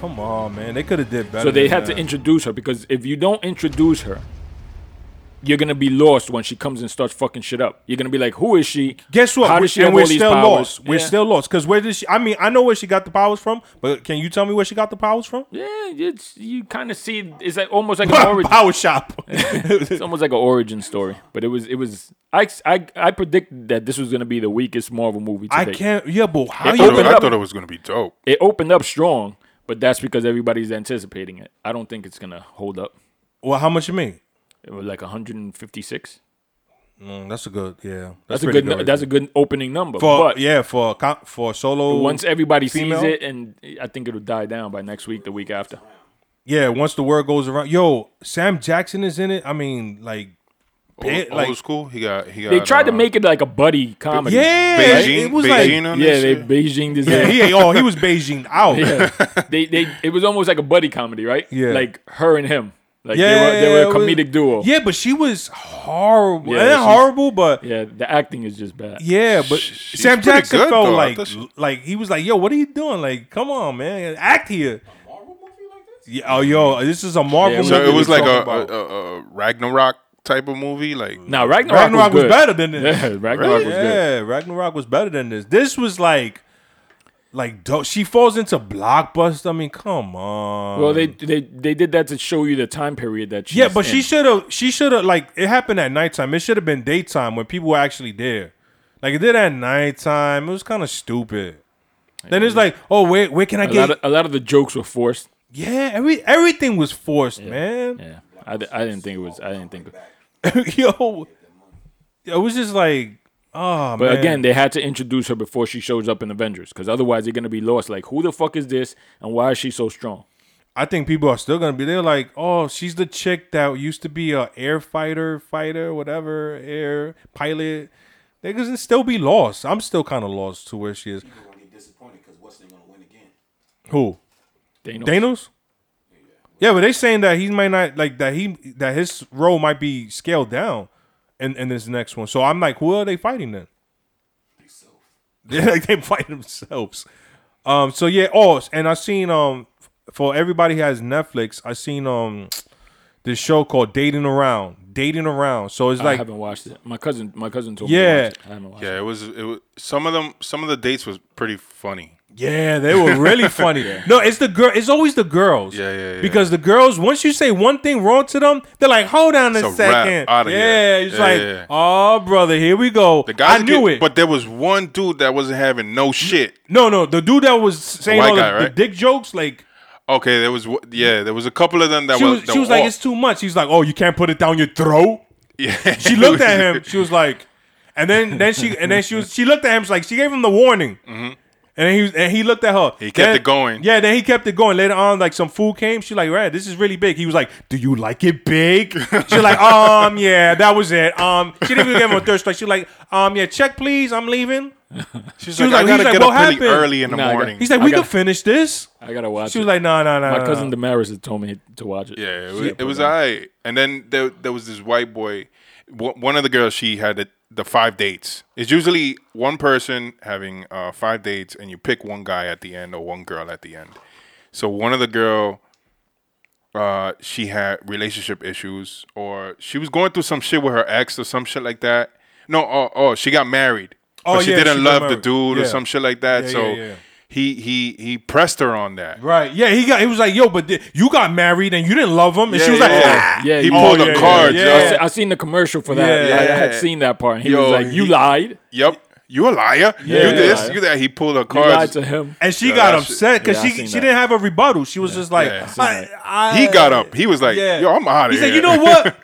Come on, man. They could have did better. So they than had to that. introduce her because if you don't introduce her, you're gonna be lost when she comes and starts fucking shit up. You're gonna be like, who is she? Guess what? How We- does she and have we're all these still powers? lost. We're Yeah. still lost. Cause where did she? I mean, I know where she got the powers from, but can you tell me where she got the powers from? Yeah, it's you kind of see. It's like almost like an origin. Power shop. It's almost like an origin story, but it was it was I I, I predicted that this was gonna be the weakest Marvel movie. To I date. can't. Yeah, but how It I you thought it- opened I up- thought it was gonna be dope. It opened up strong, but that's because everybody's anticipating it. I don't think it's gonna hold up. Well, how much you mean? It was like 156. Mm, that's a good. Yeah, That's, a good. nu- That's a good opening number. for but yeah for a co- for a solo. once everybody female? sees it, and I think it'll die down by next week, the week after. yeah, once the word goes around, yo, Sam Jackson is in it. I mean, like, Old, ba- like old school. He got. He got. They tried to uh, make it like a buddy comedy. yeah, Beijing. it was Beijing like on yeah. this They shit? Beijing this. yeah, he oh he was Beijing out. yeah. they they it was almost like a buddy comedy, right? Yeah. Like her and him. Like Yeah, they were they were a it was- comedic duo. Yeah, but she was horrible. Yeah, Eh, she's- horrible, but yeah, Yeah, the acting is just bad. but she's Sam pretty Jackson good, felt though. I like thought she- like he was like, yo, what are you doing? Like, come on, man, act here. Marvel movie like this? Yeah, oh, yo, this is a Marvel. Yeah, So movie it was we're like a, talking about. a, a, a Ragnarok type of movie. Like Now Ragnarok, Ragnarok was, was, good. better than this. Yeah, Ragnarok was good. yeah, Ragnarok was better than this. This was like, like do- she falls into blockbuster. I mean, come on. Well, they they they did that to show you the time period that she's Um, yeah, but in. she should have. She should have like it happened at nighttime. It should have been daytime when people were actually there. Like it did at nighttime. It was kind of stupid. Then it's like, oh, where where can I a lot get? of, a lot of the jokes were forced. yeah, every everything was forced, man. Yeah. I, di- I didn't think it was. I didn't think. It, yo, it was just like, oh but man. again, they had to introduce her before she shows up in Avengers, because otherwise they're gonna be lost. Like, who the fuck is this, and why is she so strong? I think people are still gonna be there. Like, oh, she's the chick that used to be a air fighter, fighter, whatever, air pilot. Niggas will still be lost. I'm still kind of lost to where she is. People gonna get disappointed because Wesley gonna win again. Who? Thanos. Thanos? Yeah, but they saying that he might not like that he that his role might be scaled down in, in this next one. So I'm like, who are they fighting then? Himself. Yeah, like they fight themselves. Um. So yeah. Oh, and I seen um for everybody who has Netflix, I seen um this show called Dating Around. Dating Around. So it's I like haven't watched it. My cousin, my cousin told me. Yeah. to watch it. I haven't watched it. Yeah, it was. It was some of them. Some of the dates was pretty funny. yeah, they were really funny. No, it's the girl. It's always the girls. Yeah, yeah, yeah. Because the girls, once you say one thing wrong to them, they're like, hold on a It's a wrap. second. Outta here. yeah, it's Yeah, like, yeah, yeah. oh brother, here we go. The guys I knew get- it. but there was one dude that wasn't having no shit. no, no, the dude that was saying white all the, guy, the right? dick jokes, like Okay, there was w- yeah, there was a couple of them that she was. was, that she was were like, off. it's too much. He's like, oh, you can't put it down your throat. Yeah. She looked at him. She was like, and then then she and then she was she looked at him. She's like, she gave him the warning. And then he was, and he looked at her. Mm-hmm. He kept Then- it going. Yeah, then he kept it going. Later on, like some food came. She like, right, this is really big. He was like, do you like it big? She like, um, yeah, that was it. Um, she didn't even give him a thirst strike. She like, um, yeah, check please. I'm leaving. She's she was like- like, I gotta he's like, get "What up really happened?" early in the Nah, I got- morning. He's like, I we got- can finish this. I gotta watch. She it. was like, uh, no, no, no. my no, cousin no. Damaris had told me to watch it. Yeah, it She was, had it was put on. alright. And then there, there was this white boy. Wh- One of the girls, she had the, the five dates. It's usually one person having uh, five dates, and you pick one guy at the end or one girl at the end. So one of the girl, uh, she had relationship issues, or she was going through some shit with her ex or some shit like that. No, oh, oh she got married. Oh, but she yeah, didn't she got love the married. dude Yeah. or some shit like that. Yeah, so yeah, yeah. he he he pressed her on that. Right. Yeah, he got. He was like, yo, but th- you got married and you didn't love him. And she was like, yeah. "Ah." Yeah, he yeah, pulled yeah, the yeah, cards. yeah. yo. I, se- I seen the commercial for that. Yeah, I, I had yeah. seen that part. He Yo, was like, "You he- lied. Yep. You a liar. Yeah. you this, Yeah. you that. He pulled her You lied cards. to him." And she Yeah, got that shit- upset because Yeah, I she seen she that. didn't have a rebuttal. She was just like, Yeah, I seen I, that. I- He got up. He was like, Yeah. yo, I'm out of He here. said, you know what?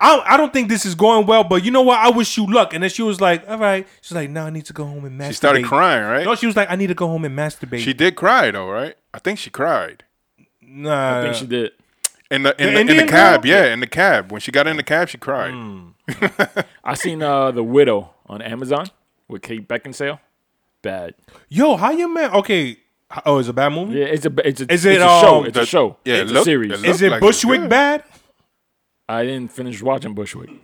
I, I don't think this is going well, but you know what? I wish you luck. And then she was like, all right. She's like, no, I need to go home and masturbate. She started crying, right? No, she was like, I need to go home and masturbate. she did cry though, right? I think she cried. nah. I think she did. In the in The the, in the Indian cab, girl? Hmm. yeah, in the cab. When she got in the cab, she cried. I seen uh, the widow on Amazon with Kate Beckinsale. Bad. Yo, how you man? Okay. Oh, is it a bad movie? Yeah, it's a it's a Is it's it, a show. um, It's the- a show. yeah, it's a look- series. it look- Is it Looked like it's Bushwick good. bad? I didn't finish watching Bushwick. Oh.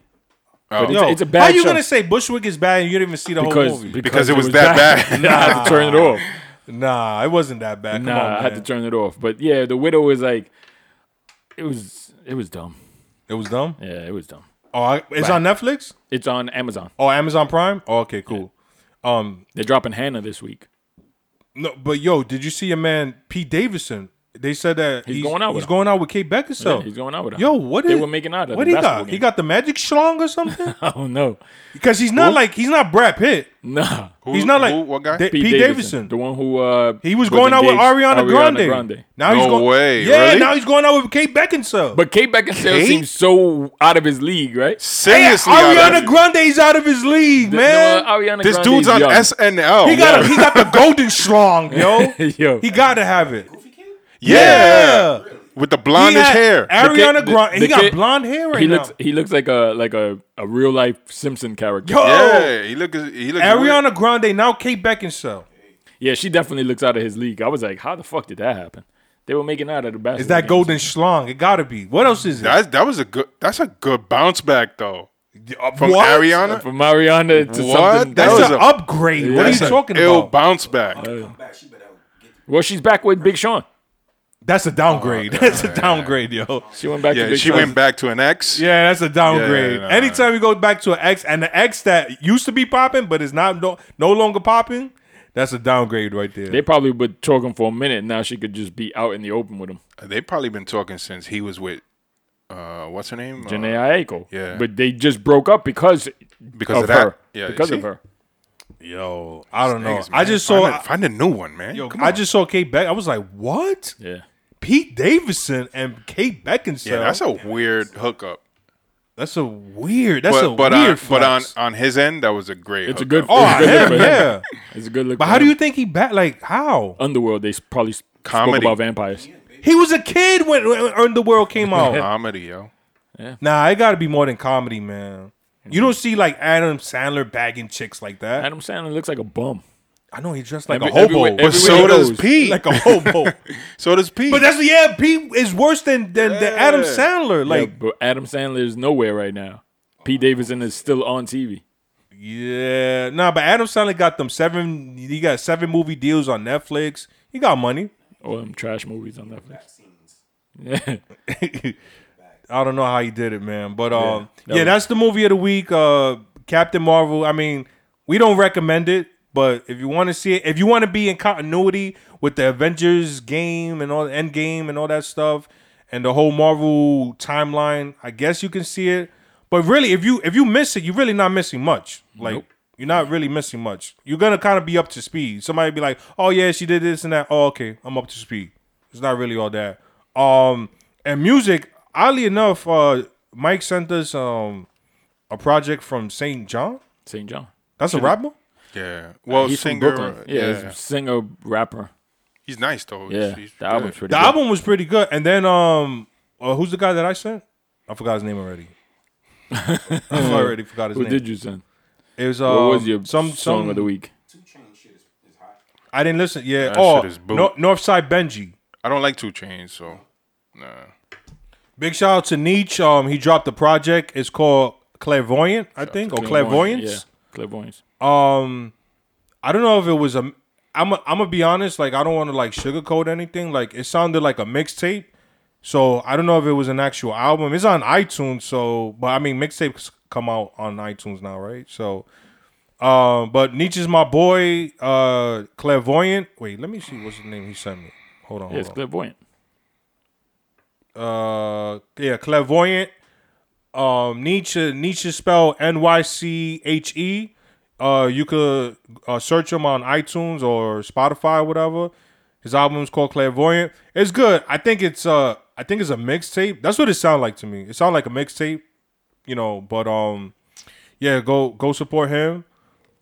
But it's, No. it's a bad How you show gonna say Bushwick is bad and you didn't even see the whole because, movie? because Because it was that bad. I had to turn it off. Nah, it wasn't that bad. Come nah, on, I had to man. turn it off. But yeah, the widow was like, it was it was dumb. it was dumb. Yeah, it was dumb. Oh, I, it's on Netflix. It's on Amazon. Oh, Amazon Prime. Oh, okay, cool. Um, They're dropping Hannah this week. No, but yo, did you see a man Pete Davidson? They said that he's, going out he's with her. going out with Kate Beckinsale. Yeah, he's going out with her. Oh. Yo, what They is- were making out at What the he got? basketball He game. got the magic schlong or something? Oh no, Because he's not like he's not Brad Pitt. nah. Who- He's not like who- what guy? Da- Pete, Davidson. the one who uh, He was, going out with engaged- Ariana, Grande. Now he's No going. way, Yeah, really? now he's going out with Kate Beckinsale. But Kate Beckinsale Kate? seems so out of his league, right? yeah, Seriously, Ariana Alex. Grande's out of his league, man. No, uh, Ariana This Grande's dude's on young. SNL. he got he got the golden schlong, yo. Yo, He got to have it. Goofy kid? yeah. With the He blondish had hair. Ariana kid- the- Grande. the He got kid- blonde hair right he now. looks he looks like a like a, a real life Simpson character. Yo, yeah, he look he look Oh. Ariana Grande now Kate Beckinsale. Yeah, she definitely looks out of his league. I was like, how the fuck did that happen? They were making out at the basketball. Is that game. golden schlong? It gotta be. What else is it? That that was a good that's a good bounce back though. uh, From What? Ariana? from Mariana to What? something? That That's was an a- upgrade. what are you That's a talking ill about? Oh, bounce back. Come back, she better get the well, she's back with Big Sean. that's a Oh, downgrade. that's a downgrade, yo. She went back. to Yeah, Big she Sean. went back to an ex. Yeah, that's a downgrade. nah. Anytime you go back to an ex and the ex that used to be popping but is not no, no longer popping, that's a downgrade right there. They probably were talking for a minute. Now she could just be out in the open with him. They probably been talking since he was with uh what's her name? Uh, Oh. Janae Aiko. yeah. But they just broke up because because of, of, that. her. Yeah, you because see? of her. yo, I don't know. Niggas, I Uh, man, just find saw. a, find a new one, man. yo, Come I on. just saw Kate Beck. I was like, what? Yeah. Pete Davidson and Kate Beckinsale. Yeah, that's a weird hookup. that's a weird. That's but a but weird. on, but on flex. on his end, that was a great. It's a hookup. good. oh, it's a good him, look for him. yeah. It's a good look. But for how do him. you think he back? Like how? Underworld? They s- probably s- spoke Comedy. about vampires. He was a kid when, when Underworld came out. comedy, yo. nah, it got to be more than comedy, man. You don't see like Adam Sandler bagging chicks like that. Adam Sandler looks like a bum. I know he dressed like Every- a hobo, everywhere- But Everywhere so he does goes. Pete. like a hobo. so does Pete. but that's yeah, Pete is worse than than, than Adam Yeah. Sandler. Like Oh. But Adam Sandler is nowhere right now. Pete Davidson is still on TV. Yeah, nah, but Adam Sandler got them seven. He got seven movie deals on Netflix. He got money. All them trash movies on Netflix. I don't know how he did it, man. But um, that yeah, was- that's the movie of the week. Uh, Captain Marvel. I mean, we don't recommend it, but if you want to see it, if you want to be in continuity with the Avengers game and all the End Game and all that stuff, and the whole Marvel timeline, I guess you can see it. But really, if you if you miss it, you're really not missing much. Like. You're not really missing much. You're gonna kind of be up to speed. Somebody be like, "Oh yeah, she did this and that." Oh okay, I'm up to speed. It's not really all that. Um, and music, oddly enough, uh, Mike sent us um a project from St. John. St. John. That's a rapper. yeah. Oh, Well, He's singer. from uh, Brooklyn. Yeah, Yeah, he's a singer rapper. he's nice though. Yeah, He's- the he's album's good. pretty. The good. album was pretty good. And then um, uh, who's the guy that I sent? I forgot his name already. I already forgot his Who name. did you send? It was What um, was your some song some of the week? I didn't listen. Yeah. That oh, shit is boot. no, Northside Benji. I don't like Two Chains, so nah. Big shout out to Nietzsche. Um, he dropped the project. It's called Clairvoyant, I think, or Clairvoyance. Yeah, clairvoyance. um i don't know if it was a i'm a, i'm gonna be honest like i don't want to like sugarcoat anything like it sounded like a mixtape so i don't know if it was an actual album it's on itunes so but i mean mixtapes come out on itunes now right so um but nietzsche's my boy uh clairvoyant wait let me see what's the name he sent me hold on, Yeah, it's hold clairvoyant. on. uh yeah clairvoyant um Nietzsche Nietzsche spell N Y C H E. Uh, you could uh, search him on iTunes or Spotify or whatever. His album is called Clairvoyant. It's good. I think it's uh I think it's a mixtape. That's what it sounded like to me. It sounded like a mixtape, you know. But um, yeah, go go support him.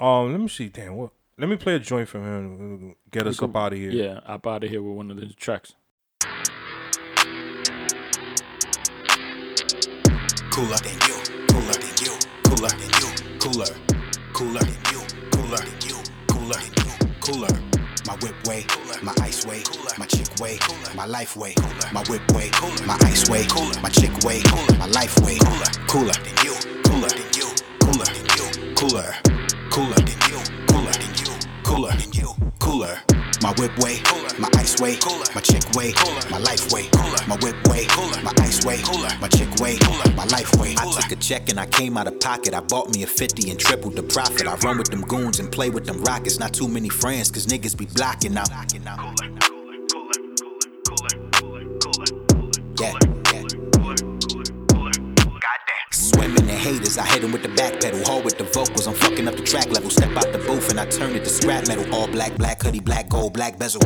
Um, let me see. Damn, what? Let me play a joint from him. Get us up out of here. Yeah, I'm out of here with one of the tracks. Cooler than you, cooler than you, cooler than you, cooler, cooler than you, cooler than you, cooler than you, cooler. My whip way, my ice way, my chick way, my life way, my whip way, my ice way, my chick way, my life way, cooler than you, cooler than you, cooler than you, cooler, cooler than you, cooler than you, cooler than you, cooler. My whip way, my ice way, my chick way, my life way, my whip way, my ice way, my chick way, my life way. I took a check and I came out of pocket. I bought me a 50 and tripled the profit. I run with them goons and play with them rockets. Not too many friends, cause niggas be blocking out. Yeah, yeah. Swimming in haters, I hit 'em with the back pedal. Hard with the vocals, I'm fucking up the track level. Step out the booth and I turn it to scrap metal. All black, black hoodie, black gold, black bezel.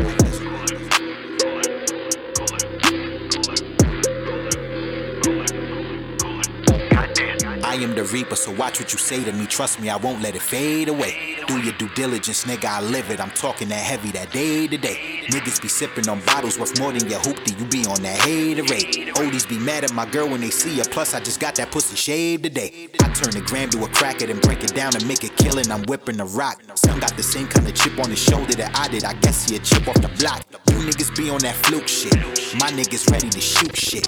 I am the reaper, so watch what you say to me. Trust me, I won't let it fade away. Do your due diligence, nigga, I live it. I'm talking that heavy that day to day. Niggas be sipping on bottles worth more than your hoopty. You be on that haterade. Oldies be mad at my girl when they see her. Plus, I just got that pussy shaved today. I turn the gram to a cracker and break it down and make it killin'. I'm whipping the rock. Some got the same kind of chip on his shoulder that I did. I guess he a chip off the block. You niggas be on that fluke shit. My niggas ready to shoot shit.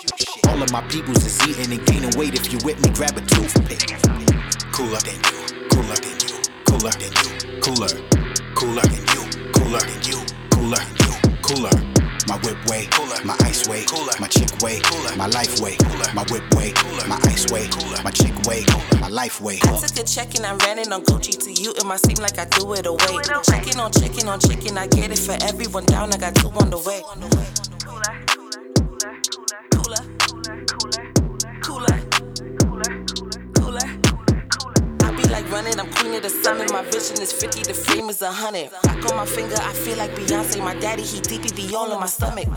All of my peoples is eating and gaining weight. If you with me, grab a toothpick. cooler than you, cooler than you, cooler than you, cooler, cooler than you, cooler than you, cooler than you, cooler. My whip way, my ice way, my chick way, my life way, my whip way, my ice way, my chick way, my life way. I took a check and I ran it on Gucci to you. It might seem like I do it away. Chicken on chicken on chicken, I get it for everyone down. I got two on the way. Cooler, cooler, cooler, cooler, cooler, cooler, cooler. I be like running it, I'm queen of the summit. My vision is 50, the fame is 100. Rock on my finger, I feel like Beyonce. My daddy, he DPD all in my stomach.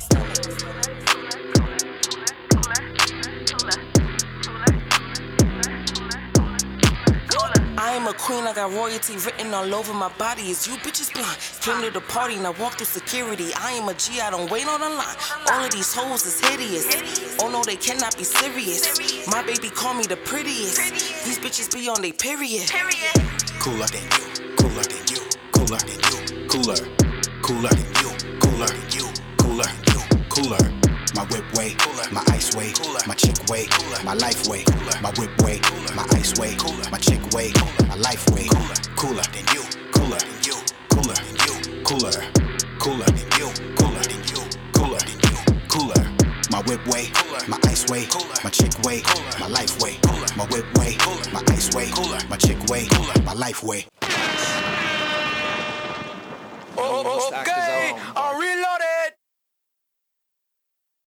I am a queen, I got royalty written all over my body. Is you bitches blind? Came to the party and I walked through security. I am a G, I don't wait on the line. All of these hoes is hideous. Oh no, they cannot be serious. My baby call me the prettiest. These bitches be on they period. Cooler than you, cooler than you, cooler than you, cooler, cooler than you, cooler than you, cooler than you, cooler. My whip way, my ice way, my chick way, my life way, my whip way, my ice way, my chick way, my life way. Cooler than you, cooler than you, cooler than you, cooler, cooler than you, cooler than you, cooler than you, cooler. My whip way, my ice way, my chick way, my life way, my whip way, my ice way, my chick way, my life way. Oh, okay.